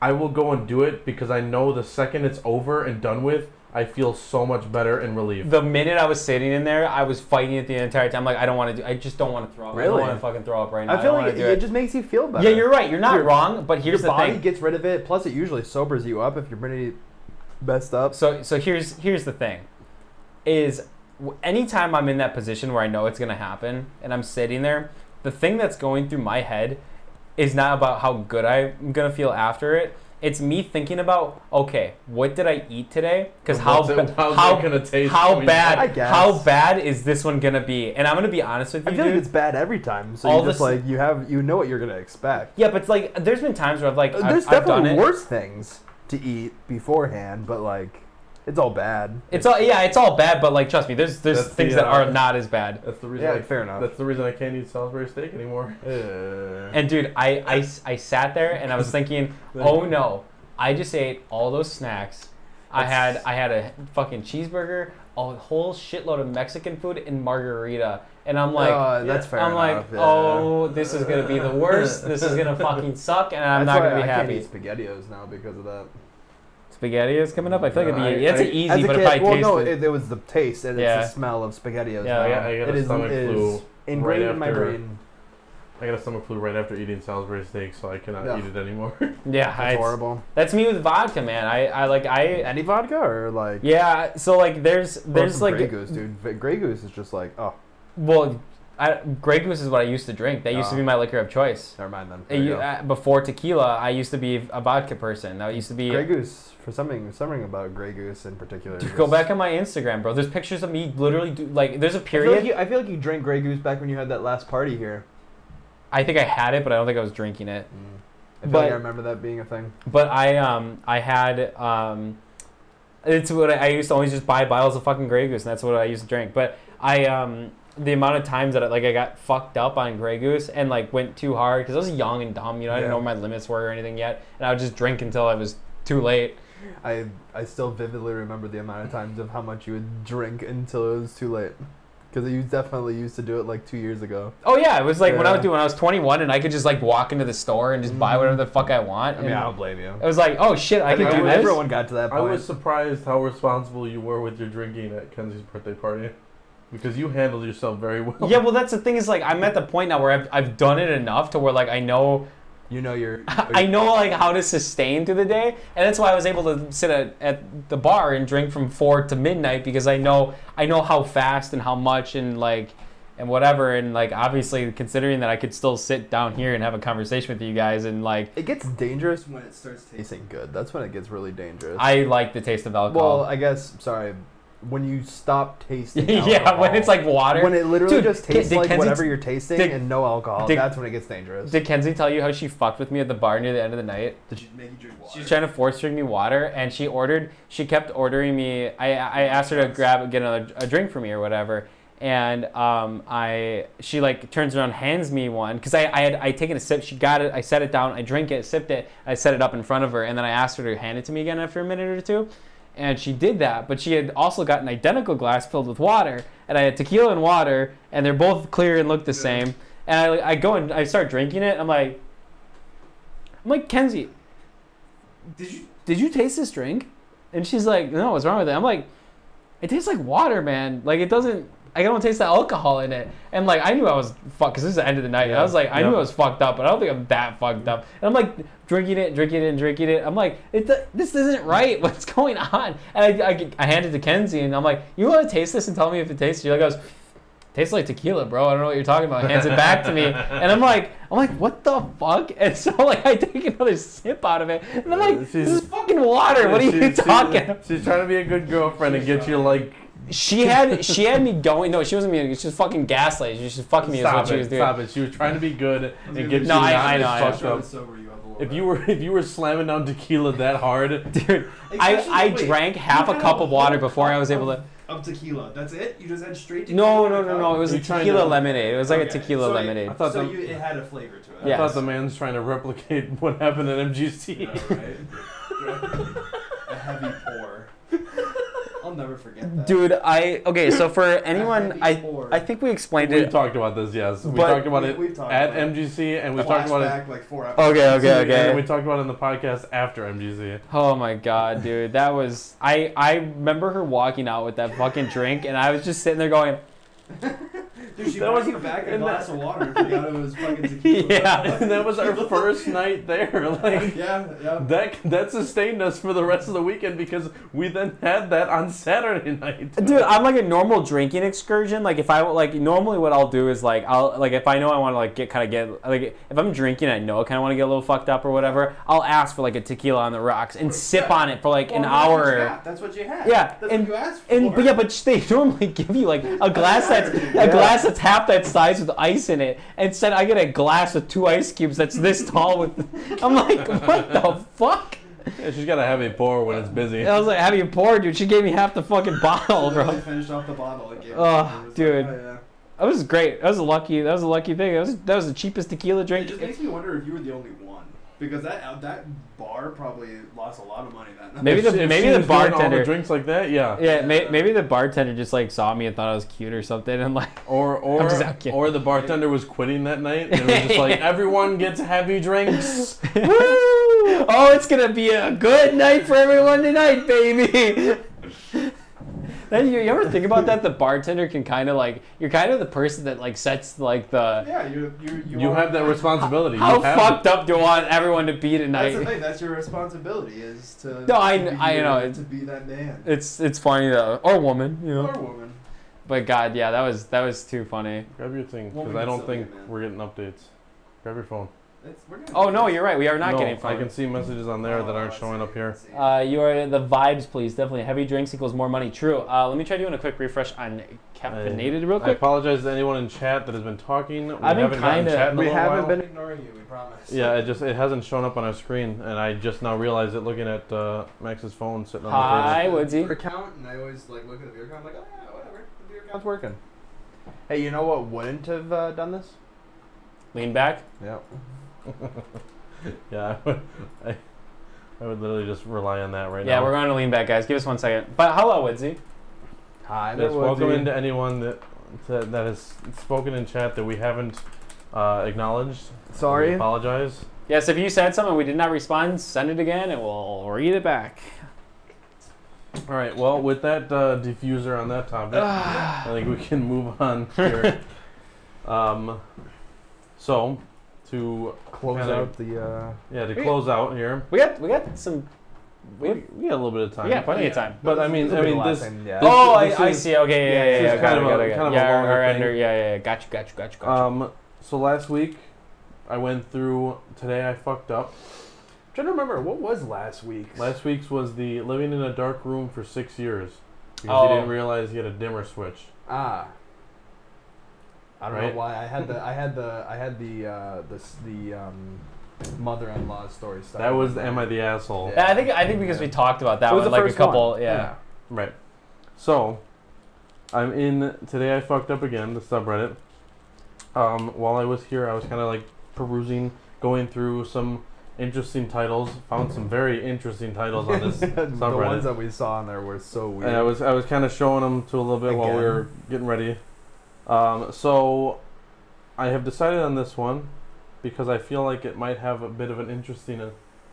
I will go and do it because I know the second it's over and done with, I feel so much better and relieved.
the minute I was sitting in there, I was fighting it the entire time. Like I don't want to do. I just don't want to throw up. I don't
Really?
want to fucking throw up right now.
I feel
don't
like
wanna
it,
do
it just makes you feel better.
Yeah, you're right. You're not
Your-
wrong. But
your
here's the
body
thing.
gets rid of it. Plus, it usually sobers you up if you're pretty messed up.
So so here's here's the thing, is w- anytime I'm in that position where I know it's gonna happen and I'm sitting there, the thing that's going through my head is not about how good I'm gonna feel after it. It's me thinking about oh, okay, what did I eat today? Because how
What's it-
ba-
how's it
how
gonna taste? I
how
mean,
I
bad
guess.
how bad is this one gonna be? And I'm gonna be honest with you,
I feel like
dude.
it's bad every time. So
All
you just
this-
like you have you know what you're gonna expect.
yeah, but it's like there's been times where I've like I've,
There's
I've done
definitely
it.
worse things to eat beforehand, but like it's all bad.
It's all yeah, it's all bad. But like trust me, there's there's
That's the,
things that are
uh,
not as bad.
That's the reason.
Yeah,
I,
fair enough.
That's the reason I can't eat Salisbury steak anymore. <laughs>
And dude, I, I s- I sat there and I
<laughs>
was thinking, oh no, I just ate all those snacks. I had I had a fucking cheeseburger, a whole shitload of Mexican food, and margarita. And I'm like,
Uh, that's fair.
I'm like,
enough, yeah.
oh, this is gonna
<laughs>
be the worst. This is gonna fucking suck, and I'm
That's
not gonna
why
be
I
happy.
Can't eat Spaghettios now because of that.
Spaghetti is coming up. I feel like it'd be
I-
it's
I-
easy,
As a
but
kid,
if I
well,
taste
no,
it,
it, it was the taste and
Yeah.
it's the smell of Spaghettios.
Yeah,
now.
I got, I got
It
a
is-
stomach
is
flu.
ingrained in my
after-
brain.
I got a stomach flu right after eating Salisbury steak, so I cannot
Yeah.
eat it anymore.
yeah,
That's
it's-
horrible.
that's me with vodka, man. I, I like I
Any vodka or like
yeah. So like, there's
or
there's
some
like
Grey Goose, dude. But Grey Goose is just like oh,
Well, I, Grey Goose is what I used to drink. That used to
Ah.
be my liquor of choice.
never mind then.
Uh, you- uh, before tequila, I used to be a vodka person. That used to be.
Grey Goose for something something about Grey Goose in particular.
Dude,
is-
go back on my Instagram, bro. There's pictures of me literally do, like. There's a
I feel,
period. I,
like you, I feel like you drank Grey Goose back when you had that last party here.
think I had it, but I don't think I was drinking it.
I feel
But-
like I remember that being a thing.
But I um I had um, it's what I, I used to always just buy bottles of fucking Grey Goose, and that's what I used to drink. But I um the amount of times that I, like I got fucked up on Grey Goose and like went too hard because I was young and dumb, you know, I didn't
Yeah.
know where my limits were or anything yet, and I would just drink until I was too late.
I I still vividly remember the amount of times of how much you would drink until it was too late. Because you definitely used to do it like two years ago.
Oh yeah, it was like when I
Yeah. Mm-hmm.
was doing. When I was 21, and I could just like walk into the store and just buy whatever the fuck I want.
I mean,
and
I don't blame you.
it was like, oh shit, I,
think
can do
I-
this.
Everyone got to that
<laughs> I
point.
was surprised how responsible you were with your drinking at Kenzie's birthday party, because you handled yourself very well.
Yeah, well, that's the thing is like I'm at the point now where I've, I've done it enough to where like I know
you know,
<laughs>
you're.
I know like how to sustain through the day, and that's why I was able to sit at, at the bar and drink from four to midnight because I know I know how fast and how much and like and whatever and like obviously considering that I could still sit down here and have a conversation with you guys and like
It gets dangerous when it starts tasting good. That's when it gets really dangerous.
I like the taste of alcohol.
well, I guess sorry. When you stop tasting.
<laughs> yeah, when
alcohol.
it's like water.
When it literally
Dude,
just
Ke-
tastes
did
like
Kenzie-
whatever you're tasting
did-
and no alcohol,
did-
that's when it gets dangerous.
Did Kenzie tell you how she fucked with me at the bar near the end of the night?
Did she make you drink
She was trying to force drink me water, and she ordered. She kept ordering me. I I asked her to grab get another a drink for me or whatever, and um I she like turns around hands me one because I I had I taken a sip. She got it. I set it down. I drank it. Sipped it. I set it up in front of her, and then I asked her to hand it to me again after a minute or two. And she did that, but she had also got an identical glass filled with water, and I had tequila and water, and they're both clear and look the same. And I, I go and I start drinking it. And I'm like, I'm like Kenzie,
Did you?
did you taste this drink? And she's like, no, what's wrong with it? I'm like, it tastes like water, man. Like it doesn't. I can only taste the alcohol in it. And like I knew I was fucked because this is the end of the night. And I was like, I
Yeah.
knew I was fucked up, but I don't think I'm that fucked up. And I'm like drinking it, drinking it, and drinking it. I'm like, it, this isn't right. <laughs> What's going on? And I, I, I hand it to Kenzie, and I'm like, you want to taste this and tell me if it tastes? She like goes, tastes like tequila, bro. I don't know what you're talking about. Hands it back to me, and I'm like, I'm like, what the fuck? And so like I take another sip out of it, and I'm like, this is fucking water. What are you
She's- she's-
talking? about?
She's trying to be a good girlfriend and get you like
<laughs> She had she had me going. No, she wasn't me. She was fucking gaslighting. She was fucking me. Is
stop
what she was
it,
doing.
stop it. She was trying to be good and
gonna
get
be-
you
No, I-
not
I
as
know, I know.
fucked
Sure,
up.
it's sober you up a little
If
bit.
you were if you were slamming down tequila that hard,
<laughs> Dude,
Like,
I,
actually,
I
wait,
drank half
you
a
had
cup of water
whole
before I was
cup
able to.
Of tequila. That's it? You just had straight tequila?
No,
in a
no, no,
cup?
no. It was a
You're trying
tequila
to-
lemonade. It was like a
Okay,
tequila
so it-
lemonade.
I thought
so
the-
you, it had a flavor to it.
I thought the man's trying to replicate <laughs> what happened at
<laughs>
<laughs>
<laughs>
Yeah,
MGC.
right? a heavy pour. I'll never forget that.
Dude, I okay. So for
heavy
anyone, I
pour.
I think we explained
We
it.
talked about this, yes. We
But-
talked about
We-
it
we've talked
at
about it.
MGC and we talked about it.
Flashback, like four episodes.
Okay, okay,
and then we
okay.
talked about it in the podcast after MGC.
Oh my god, dude, that was I. I remember her walking out with that fucking drink, and I was just sitting there going,
Dude, she
That
brought
was-
you back a
and
glass of water and forgot it was
<laughs>
fucking tequila.
<laughs> yeah.
<laughs> And that
<laughs>
was our first night there. <laughs> Like
yeah, yeah.
that that sustained us for the rest of the weekend because we then had that on Saturday night.
Dude, I'm like a normal drinking excursion. Like if I like normally what I'll do is like I'll like if I know I want to like get kind of get like if I'm drinking I know I kind of want to get a little fucked up or whatever. I'll ask for like a tequila on the rocks and sip
Yeah.
on it for like
Well,
an
that's what you
hour.
got. That's what you had.
Yeah,
That's what
and-
you asked for.
And <laughs> but yeah, but they normally give you like a glass that's a <laughs>
Yeah.
glass that's half that size with ice in it. Instead, I get a glass with two ice cubes that's this tall. With <laughs> I'm like, what the fuck?
<laughs> Yeah, she's gotta have a pour when it's busy.
And I was like, have you poured, dude? She gave me half the fucking bottle,
And then
bro.
they finished off the bottle and gave it to
Oh,
me. It was like,
dude.
oh, yeah.
That was great. That was a lucky. That was a lucky thing. That was that was the cheapest tequila
It
drink.
just makes me wonder if you were the only one because that uh, that bar probably lost a lot of money that night.
Maybe
If
the-
she- if
maybe
she
the
was doing all
bartender-
the drinks like that, yeah.
Yeah, may, maybe the bartender just like saw me and thought I was cute or something, and like
Or
I'm
or
just- I'm kidding.
or the bartender was quitting that night and it was
<laughs>
just like everyone gets heavy drinks.
Woo! <laughs> Oh, it's gonna be a good night for everyone tonight, baby. Then you, you ever think about that? The bartender can kind of like you're kind of the person that like sets like the
Yeah, you you you,
You
are-
have that responsibility.
how
you have
fucked up do I want everyone to be
That's the
tonight?
thing. That's your responsibility is to.
No, I-
to be
I
you,
know,
to
it's-
be that man
It's it's funny though, or woman, you
or
know.
woman.
But God, yeah, that was that was too funny.
Grab your thing
Well, we
because
can
I don't
still do
think
it, man.
we're getting updates. Grab your phone.
It's, we're gonna
Oh no, you're right. We are not
No,
getting
I
funny.
can see messages on there that aren't
Oh, I
showing
see,
up
I
here.
see.
Uh, you are the vibes, please. Definitely heavy drinks equals more money. True. Uh, let me try doing a quick refresh on caffeinated real
I
quick.
apologize to anyone in chat that has been talking. We
I've been
haven't gotten
kinda-
chat in a
We
little
haven't
while.
been-
We're ignoring you. We promise.
Yeah, it just it hasn't shown up on our screen, and I just now realized it looking at uh, Max's phone sitting on the table.
Hi, Woodsy.
Beer count, and I always like look at the beer count. I'm like, oh yeah, whatever. The beer count's working. Hey, you know what wouldn't have uh, done this?
Lean back.
Yeah.
Yeah, <laughs> I would, I, I would literally just rely on that right
Yeah,
now.
we're going to lean back, guys. Give us one second. But hello, Woodsy.
Hi, there
Yes, welcome
Woodsy.
into anyone that, that that has spoken in chat that we haven't uh, acknowledged. We
Sorry.
<sighs>
apologize.
Yes, if you said something and we did not respond, send it again and we'll read it back.
All right. Well, with that uh, diffuser on that topic, I think we can move on here. um, so to
Close
kinda-
out the. Uh,
yeah to
We-
close out here.
We got we got some
We, we got a little bit of time.
we got plenty of time.
But I mean,
this'll
I
be the
mean
last
this.
time, yeah.
this-
oh, I,
this
I
is-
see. Okay, yeah, yeah,
this
yeah.
is
got
kind
it,
of
got
a-
it, got it.
kind of a
yeah,
longer
our
thing.
ender- yeah, yeah, yeah. Got you, got you, got you, got you.
Um, so last week, I went through. Today I fucked up.
trying to remember what was last week's.
Last week's was the living in a dark room for six years because
Oh.
he didn't realize he had a dimmer switch.
Ah. I don't
Right?
know why I had
<laughs>
the I had the I had the uh, the s- the um, mother-in-law story stuff.
That was the
<laughs>
am I the asshole?
Yeah.
Yeah, I think I think because we talked about that
It was the
one like a
first one.
couple. Yeah.
Right. So, I'm in today. I fucked up again. The subreddit. Um, while I was here, I was kind of like perusing, going through some interesting titles. Found some very interesting titles on
<laughs>
this
the
subreddit.
ones that we saw in there were so weird.
And I was I was kind of showing them to a little bit while we
Again.
were getting ready. Um, so I have decided on this one because I feel like it might have a bit of an interesting uh,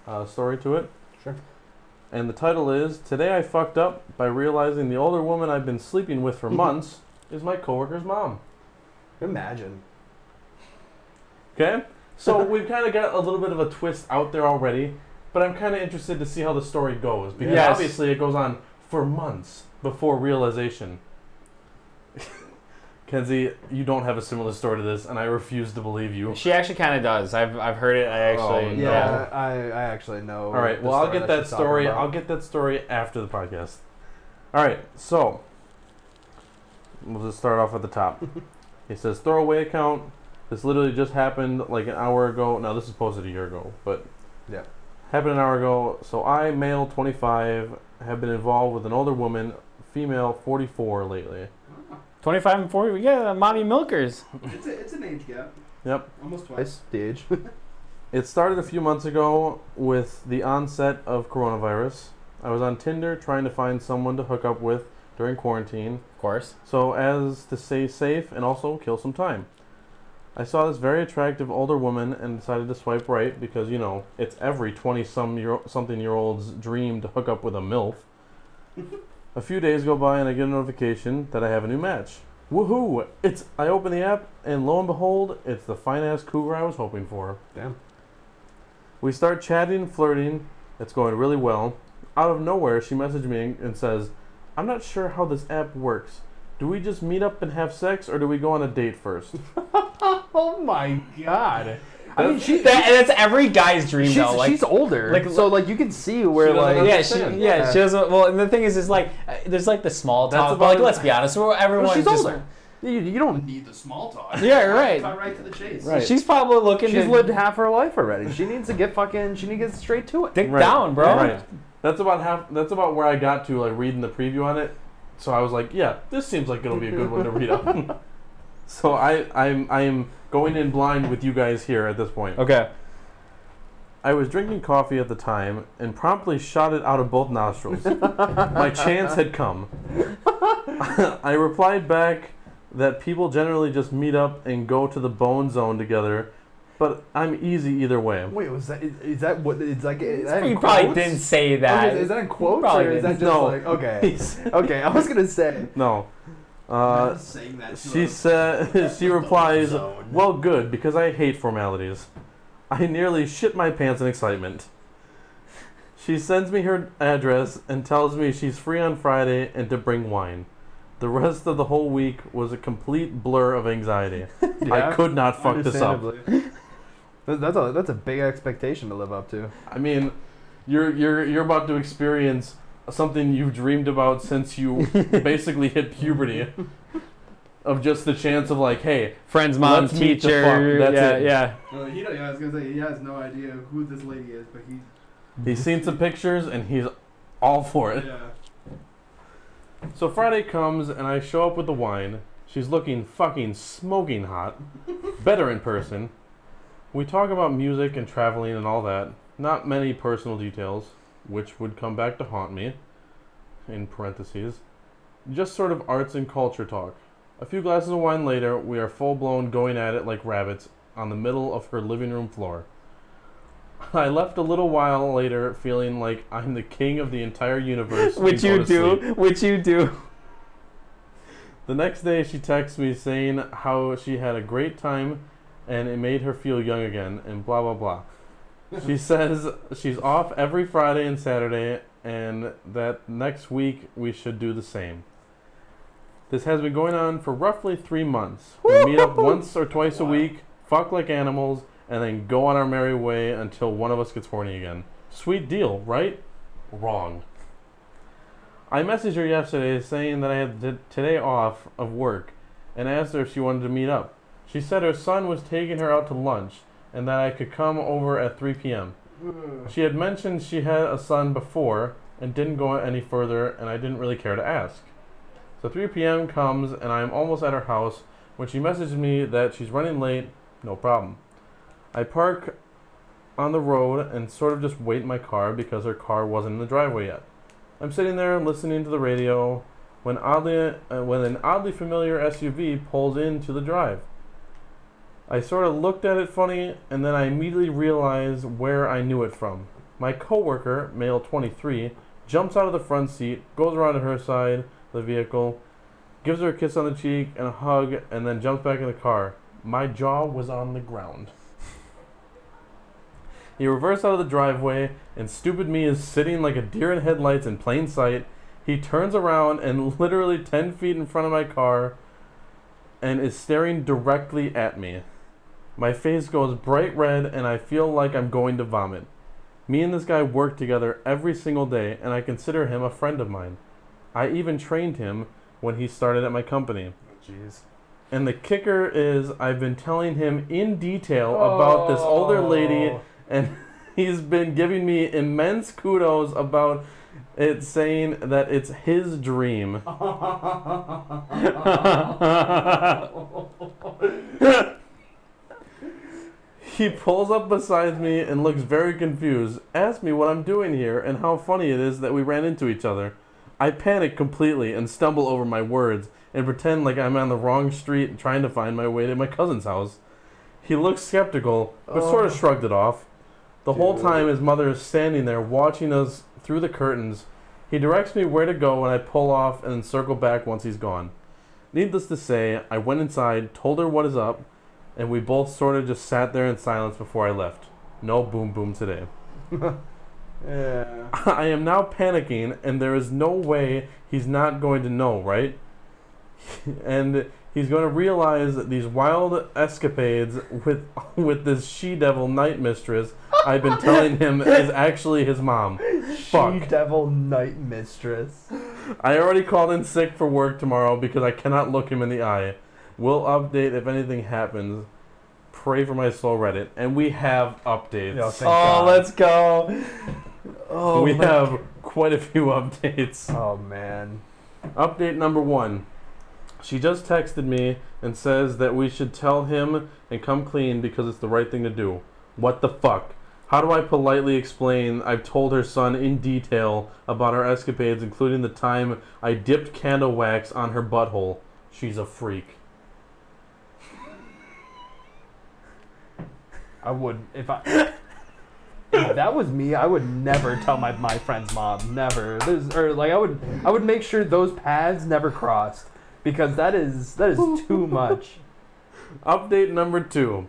uh, story to it.
Sure. <laughs>
And the title is Today I Fucked Up by Realizing the Older Woman I've Been Sleeping with for Months is my coworker's mom.
Imagine.
Okay? So we've kind of got a little bit of a twist out there already, but I'm kind of interested to see how the story goes because
Yes.
obviously it goes on for months before realization. <laughs> Kenzie, you don't have a similar story to this, and I refuse to believe you.
She actually kind of does. I've, I've heard it. I actually.
Oh,
Yeah,
no.
I, I actually know.
All right.
the
Well, I'll
story
get that
she's talking
story.
about.
I'll get that story after the podcast. All right. So we'll just start off at
<laughs>
the top. it says throwaway account. This literally just happened like an hour ago. Now this is posted a year ago, but
Yeah.
happened an hour ago. So I, male, 25, have been involved with an older woman, female, 44, lately.
25 and 40. Yeah, mommy milkers.
It's, a, it's an age gap.
Yep.
Almost
I
twice.
stage.
It started a few months ago with the onset of coronavirus. I was on Tinder trying to find someone to hook up with during quarantine.
Of course.
so as to stay safe and also kill some time. I saw this very attractive older woman and decided to swipe right because you know it's every twenty some year something year old's dream to hook up with a milf. a few days go by and I get a notification that I have a new match. Woohoo! It's I open the app and lo and behold, it's the fine ass cougar I was hoping for.
Damn.
We start chatting, flirting. It's going really well. Out of nowhere, she messaged me and says, "I'm not sure how this app works. Do we just meet up and have sex, or do we go on a date first?
<laughs> oh my god. I mean, she,
That, that's every guy's dream,
she's,
though. Like,
she's older.
like-
so, like, you can see where,
She doesn't
like.
yeah, she, yeah,
understand.
Yeah.
she doesn't. Well, and the thing is, is like, uh, there's like the small
That's
talk.
about
But like,
it.
let's be honest, we're, everyone.
Well, she's
just-
older. You, you don't.
Need the small talk.
Yeah, right.
Cut right to the chase.
Right.
She's probably looking.
She's
to
lived half her life already. She needs to get fucking. She needs to get straight to it.
dick down, bro.
Right. That's about half. That's about where I got to, like reading the preview on it. So I was like, yeah, this seems like it'll be a good one to read up. so I, I'm, I'm going in blind with you guys here at this point.
Okay.
I was drinking coffee at the time and promptly shot it out of both nostrils. My chance had come. I replied back that people generally just meet up and go to the bone zone together, but I'm easy either way.
Wait, was that. Is, is that what. It's like. Is that in
You probably
quotes?
didn't say
Okay,
that.
is that in quotes?
Probably
Or is that
didn't.
just
No.
like. Okay. Okay, I was going to say.
<laughs> No.
I'm
Uh,
not saying that to
she
a-
said. <laughs> She
a
replies,
zone.
"Well, good because I hate formalities. I nearly shit my pants in excitement." She sends me her address and tells me she's free on Friday and to bring wine. The rest of the whole week was a complete blur of anxiety. I
Yeah,
could not fuck this up.
understandably. That- That's a, that's a big expectation to live up to.
I mean, you're you're you're about to experience something you've dreamed about since you basically hit puberty. Of just the chance of like, hey,
Friends, mom,
Let's meet the
teacher.
fuck. That's
yeah,
it.
yeah. <laughs>
Well, he don't, yeah, I was gonna say he has no idea who this lady is, but he.
He's seen some pictures and he's all for it.
Yeah.
So Friday comes and I show up with the wine. She's looking fucking smoking hot. Better in person. We talk about music and traveling and all that. Not many personal details, which would come back to haunt me. In parentheses. Just sort of arts and culture talk. A few glasses of wine later, we are full blown going at it like rabbits on the middle of her living room floor. <laughs> I left a little while later feeling like I'm the king of the entire universe. and
Which
go
you
to
do.
sleep.
Which you do.
The next day, she texts me saying how she had a great time and it made her feel young again, and blah, blah, blah. She says she's off every Friday and Saturday, and that next week we should do the same. This has been going on for roughly three months. We meet up once or twice a
Wow.
week, fuck like animals, and then go on our merry way until one of us gets horny again. Sweet deal, right? Wrong. I messaged her yesterday saying that I had t- today off of work and asked her if she wanted to meet up. She said her son was taking her out to lunch and that I could come over at 3 p.m. She had mentioned she had a son before and didn't go any further, and I didn't really care to ask. So 3 p.m. comes, and I am almost at her house when she messaged me that she's running late, no problem. I park on the road and sort of just wait in my car because her car wasn't in the driveway yet. I'm sitting there listening to the radio when oddly uh, when an oddly familiar SUV pulls into the drive. I sort of looked at it funny, and then I immediately realized where I knew it from. My coworker, male 23, jumps out of the front seat, goes around to her side of the vehicle, gives her a kiss on the cheek and a hug, and then jumps back in the car. My jaw was on the ground. <laughs> He reversed out of the driveway, and stupid me is sitting like a deer in headlights in plain sight. He turns around and <laughs> literally 10 feet in front of my car and is staring directly at me. My face goes bright red, and I feel like I'm going to vomit. Me and this guy work together every single day, and I consider him a friend of mine. I even trained him when he started at my company.
Jeez.
<laughs>
<laughs> And the kicker is, I've been telling him in detail about this older
Oh.
lady, and he's been giving me immense kudos about it, saying that it's his dream. He pulls up beside me and looks very confused, asks me what I'm doing here and how funny it is that we ran into each other. I panic completely and stumble over my words and pretend like I'm on the wrong street trying to find my way to my cousin's house. He looks skeptical, but sort of shrugged it off. The whole time his mother is standing there watching us through the curtains. He directs me where to go when I pull off and then circle back once he's gone. Needless to say, I went inside, told her what is up, and we both sort of just sat there in silence before I left. No boom boom today.
<laughs> Yeah.
I am now panicking, and there is no way he's not going to know, right? <laughs> and he's going to realize that these wild escapades with <laughs> with this she devil night mistress I've been telling him is actually his mom. Fuck.
She devil night mistress.
I already called in sick for work tomorrow because I cannot look him in the eye. We'll update if anything happens. Pray for my soul Reddit, and we have updates.
Yeah, thank
Oh,
God.
let's go. Oh,
we
my-
have quite a few <laughs> updates.
Oh man.
Update number one. She just texted me and says that we should tell him and come clean because it's the right thing to do. What the fuck? How do I politely explain I've told her son in detail about our escapades, including the time I dipped candle wax on her butthole? She's a freak.
I would if I if that was me, I would never tell my, my friend's mom. Never. There's or like I would I would make sure those paths never crossed. Because that is that is too much.
Update number two.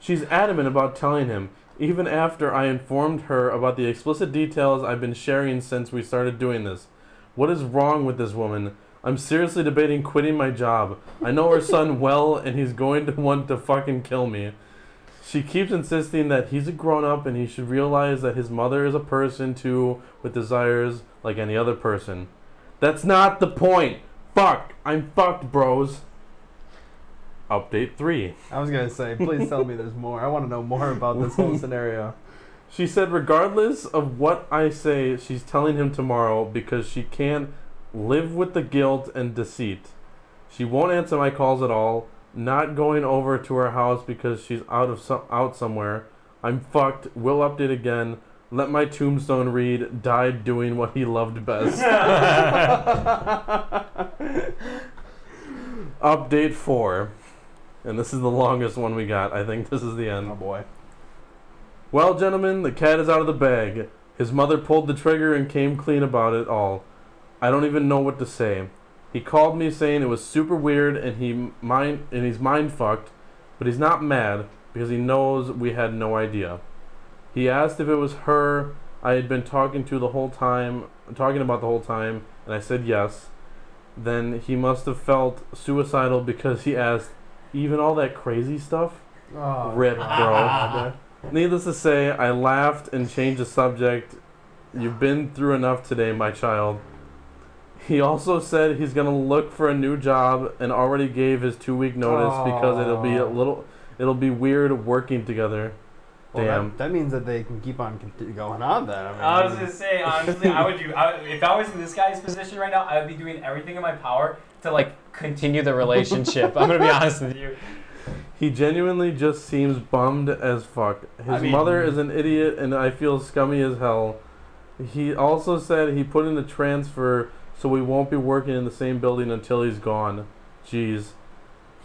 She's adamant about telling him, even after I informed her about the explicit details I've been sharing since we started doing this. What is wrong with this woman? I'm seriously debating quitting my job. I know her son well, and he's going to want to fucking kill me. She keeps insisting that he's a grown up and he should realize that his mother is a person too with desires like any other person. That's not the point! Fuck! I'm fucked, bros! Update 3.
I was gonna say, please tell me there's more. I wanna know more about this whole
<laughs>
scenario.
She said, regardless of what I say, she's telling him tomorrow because she can't live with the guilt and deceit. She won't answer my calls at all. Not going over to her house because she's out of some out somewhere. I'm fucked. Will update again. Let my tombstone read. Died doing what he loved best. <laughs>
Oh.
Oh,
update four, and this is the longest one we got. I think this is the end.
Oh boy.
Well, gentlemen, the cat is out of the bag. His mother pulled the trigger and came clean about it all. I don't even know what to say. He called me saying it was super weird and he mind and he's mind fucked, but he's not mad because he knows we had no idea. He asked if it was her I had been talking to the whole time, talking about the whole time, and I said yes. Then he must have felt suicidal because he asked, even all that crazy stuff.
Oh,
Rip, bro.
God.
Needless to say, I laughed and changed the subject. You've been through enough today, my child. He also said he's gonna look for a new job and already gave his two week notice because it'll be a
Aw.
little it'll be weird working together.
Well,
Damn.
That, that means that they can keep on conti- going on then. I mean,
I was gonna say honestly, I
<laughs>
would do. I, if I was in this guy's position right now, I would be doing everything in my power to like <laughs> <laughs> continue the relationship. I'm gonna be honest with you.
He genuinely just seems bummed as fuck. His
I mean-
mother is an idiot, and I feel scummy as hell. He also said he put in a transfer so we won't be working in the same building until he's gone. Jeez.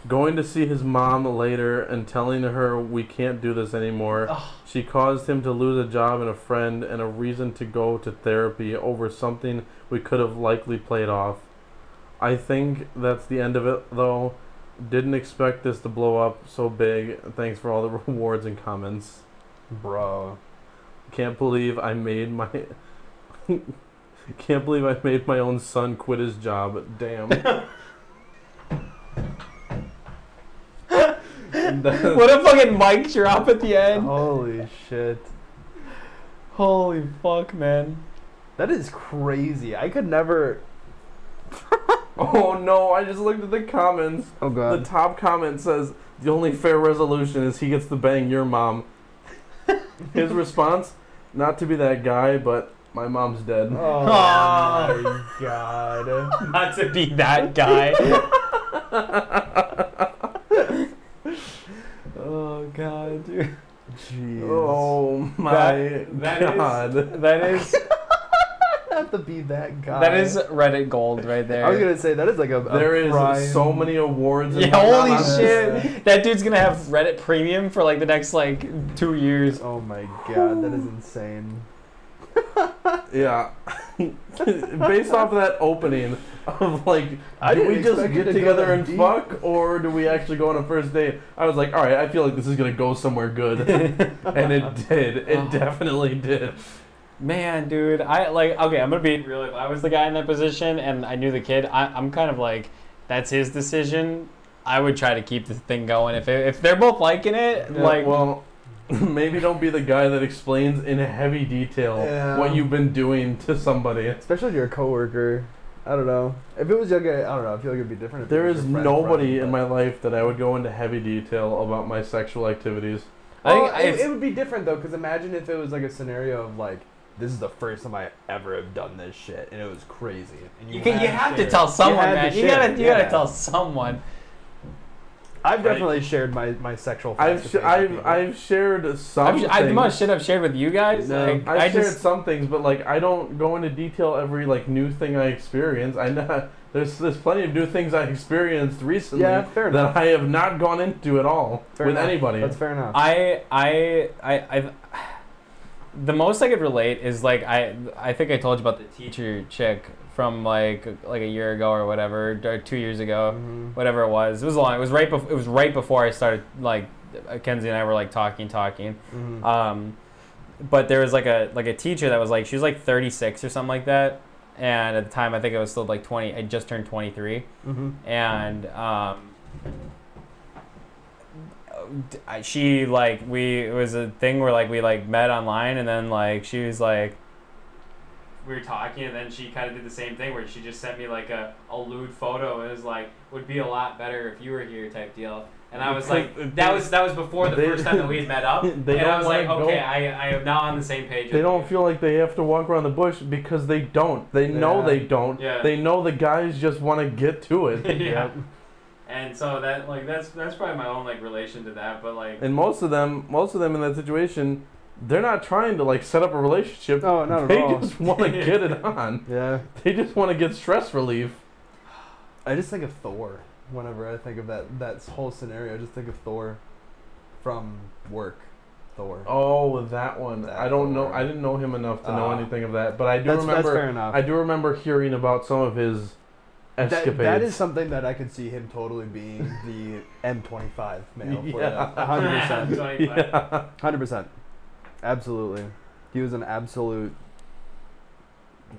Going to see his mom later and telling her we can't do this anymore. She caused him to lose a job and a friend and a reason to go to therapy over something we could have likely played off. I think that's the end of it, though. Didn't expect this to blow up so big. Thanks for all the <laughs> rewards and comments.
<laughs> bro.
Can't believe I made my. <laughs> Can't believe I made my own son quit his job. Damn. That-
what a fucking mic drop at the end.
Holy shit.
Holy fuck, man.
That is crazy. I could never.
oh no! I just looked at the comments.
Oh
The top comment says the only fair resolution is he gets to bang your mom. His response, not to be that guy, but my mom's
<laughs>
dead.
Oh
Aw.
Ah.
my god. <laughs>
Not to be that guy.
Oh god, dude.
Jeez.
Oh my
That-
that is-
god!
That is
Have to be that guy.
that is Reddit gold right there.
I was gonna say that is like a. a
there is
prime-
so many awards. and
<laughs>
Yeah, holy
whatnot.
shit. That dude's gonna have Reddit premium for like the next like two years.
Oh my god, that is insane.
Yeah. <laughs> Based off of that opening of like,
I
do we
didn't
just
expect it
get
to go
together
that
and
deep.
fuck, or do we actually go on a first date? I was like, all right, I feel like this is gonna go somewhere good,
<laughs>
and it did.
Oh.
It definitely did.
Man, dude.
Dude, I like okay, I'm gonna be real if I was the guy in that position and I knew the kid, I, I'm kind of like, that's his decision. I would try to keep the thing going. If it, if they're both liking it, like
well, <laughs> maybe don't be the guy that explains in heavy detail
Yeah.
what you've been doing to somebody.
Especially if you're a coworker. I don't know. If it was younger, I don't know. I feel like it'd be different. If it
There
was
is
your friend,
nobody
friend,
in
but-
my life that I would go into heavy detail about my sexual activities.
I think
Well, it,
it's-
it would be different though, because imagine if it was like a scenario of like, this is the first time I ever have done this shit, and it was crazy. And
you, can, you
had
have to
share.
tell someone,
had to
man. You
share,
gotta you
yeah.
gotta tell someone.
I've definitely shared my my sexual.
I've
fantasies
sh-
with
I've
people.
I've shared some.
I've, I, the
things.
amount of shit I've shared with you guys,
No,
like,
I've
I
shared
just
some things, but like I don't go into detail every like new thing I experience. I know <laughs> there's there's plenty of new things I experienced recently
yeah, fair enough.
that I have not gone into at all
Fair
with
enough.
anybody.
That's fair enough.
I I I I the most I could relate is like I I think I told you about the teacher chick from like like a year ago or whatever or two years ago
Mhm.
whatever it was it was long it was right before it was right before I started like Kenzie and I were like talking talking
Mhm.
um, but there was like a like a teacher that was like she was like 36 or something like that and at the time I think I was still like 20 I just turned 23
Mhm.
and um, d- I- she like we it was a thing where like we like met online and then like she was like we were talking and then she kind of did the same thing where she just sent me like a, a lewd photo and it was like would be a lot better if you were here type deal and I was like that was that was before the
They-
first time that we had met up
<laughs> They
and I
don't
was like
like,
okay
don't-
I, I am now on the same page
they
as
don't
you."
feel like they have to walk around the bush because they don't. They know
Yeah.
they don't.
Yeah.
They know the guys just want to get to
<laughs>
it.
yeah and so that like that's that's probably my own like relation to that but like
And most of them, most of them in that situation, they're not trying to like set up a relationship.
Oh, not at
they
all.
just want to get it on.
Yeah,
<laughs> They just want to get stress relief.
I just think of Thor. Whenever I think of that that whole scenario, I just think of Thor from work. Thor.
Oh, that one.
That
I don't know.
one.
I didn't know him enough to know
Ah.
anything of that, but I do
that's, that's
remember.
fair enough.
I do remember hearing about some of his
That,
escapades.
that is something that I could see him totally being the M25 male for
Yeah.
yeah. 100%.
25.
Hundred percent, absolutely. He was an absolute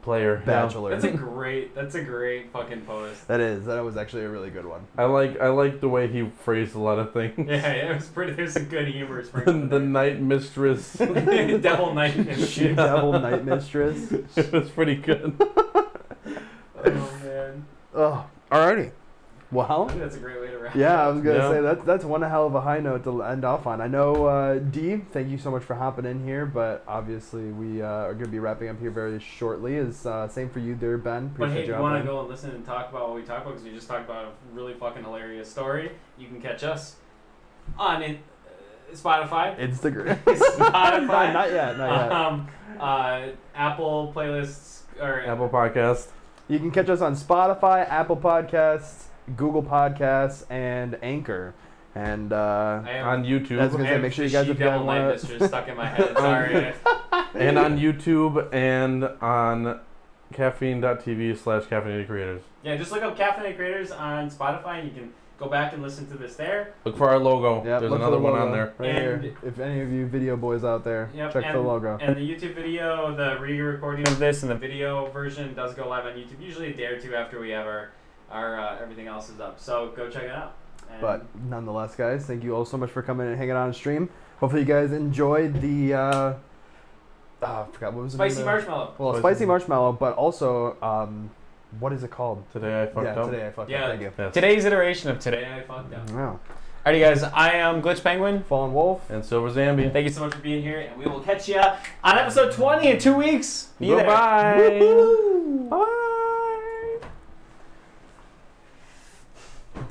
player. Yeah.
bachelor.
That's a great. That's a great fucking
<laughs>
post.
that is. That was actually a really good one.
I like. I like the way he phrased a lot of things. <laughs>
Yeah, it was pretty. There's some good humor
the,
sprinkled.
the
<laughs>
night mistress.
the <laughs> devil knight and shit.
Devil Night
<laughs>
Mistress.
it was pretty good.
Oh man,
Oh, alrighty.
I
Well,
think that's a great way to wrap.
yeah, I was gonna
Yeah.
say that's that's one hell of a high note to end off on. I know, uh, D. Thank you so much for hopping in here, but obviously we uh, are gonna be wrapping up here very shortly. Is uh, same for you there, Ben.
But hey,
Appreciate you
if you
hopping
want
in.
to go and listen and talk about what we talked about, because we just talked about a really fucking hilarious story, you can catch us on in,
<laughs>
uh, Spotify. <laughs>
Instagram.
Spotify.
not, not yet. Not
<laughs>
yet.
um, uh, Apple playlists or
Apple Podcast.
You can catch us on Spotify, Apple Podcasts, Google Podcasts, and Anchor. And uh,
I am,
on
That's
YouTube
gonna
I
say,
am
make sure
the
you guys-
she
if you guys
devil knight
wanna- <laughs>
mistress stuck in my head. Sorry.
and on YouTube and on caffeine.tv slash caffeinated creators.
Yeah, just look up Caffeinated Creators on Spotify, and you can go back and listen to this there.
Look for our logo.
Yeah,
There's
look for
another
the
one
logo
on there.
Right
And-
here. If any of you video boys out there,
Yep,
check the
and-
logo.
And the YouTube video, the re-recording of this, and the video version does go live on YouTube usually a day or two after we have our our uh, everything else is up. So go check it out. And
But nonetheless, guys, thank you all so much for coming and hanging out on stream. Hopefully, you guys enjoyed the. Uh, ah, I forgot what was the
spicy
name of it?
marshmallow.
Well,
Spicy-
spicy marshmallow, but also, um, what is it called?
Today I fucked
yeah,
up.
today I fucked
Yeah.
up. Thank you.
Yes.
Today's iteration of today I fucked up.
Wow.
Alrighty, guys, I am Glitch Penguin.
Fallen Wolf.
And Silver Zambi.
Thank you so much for being here, and we will catch you on episode 20 in two weeks. Be there.
Goodbye.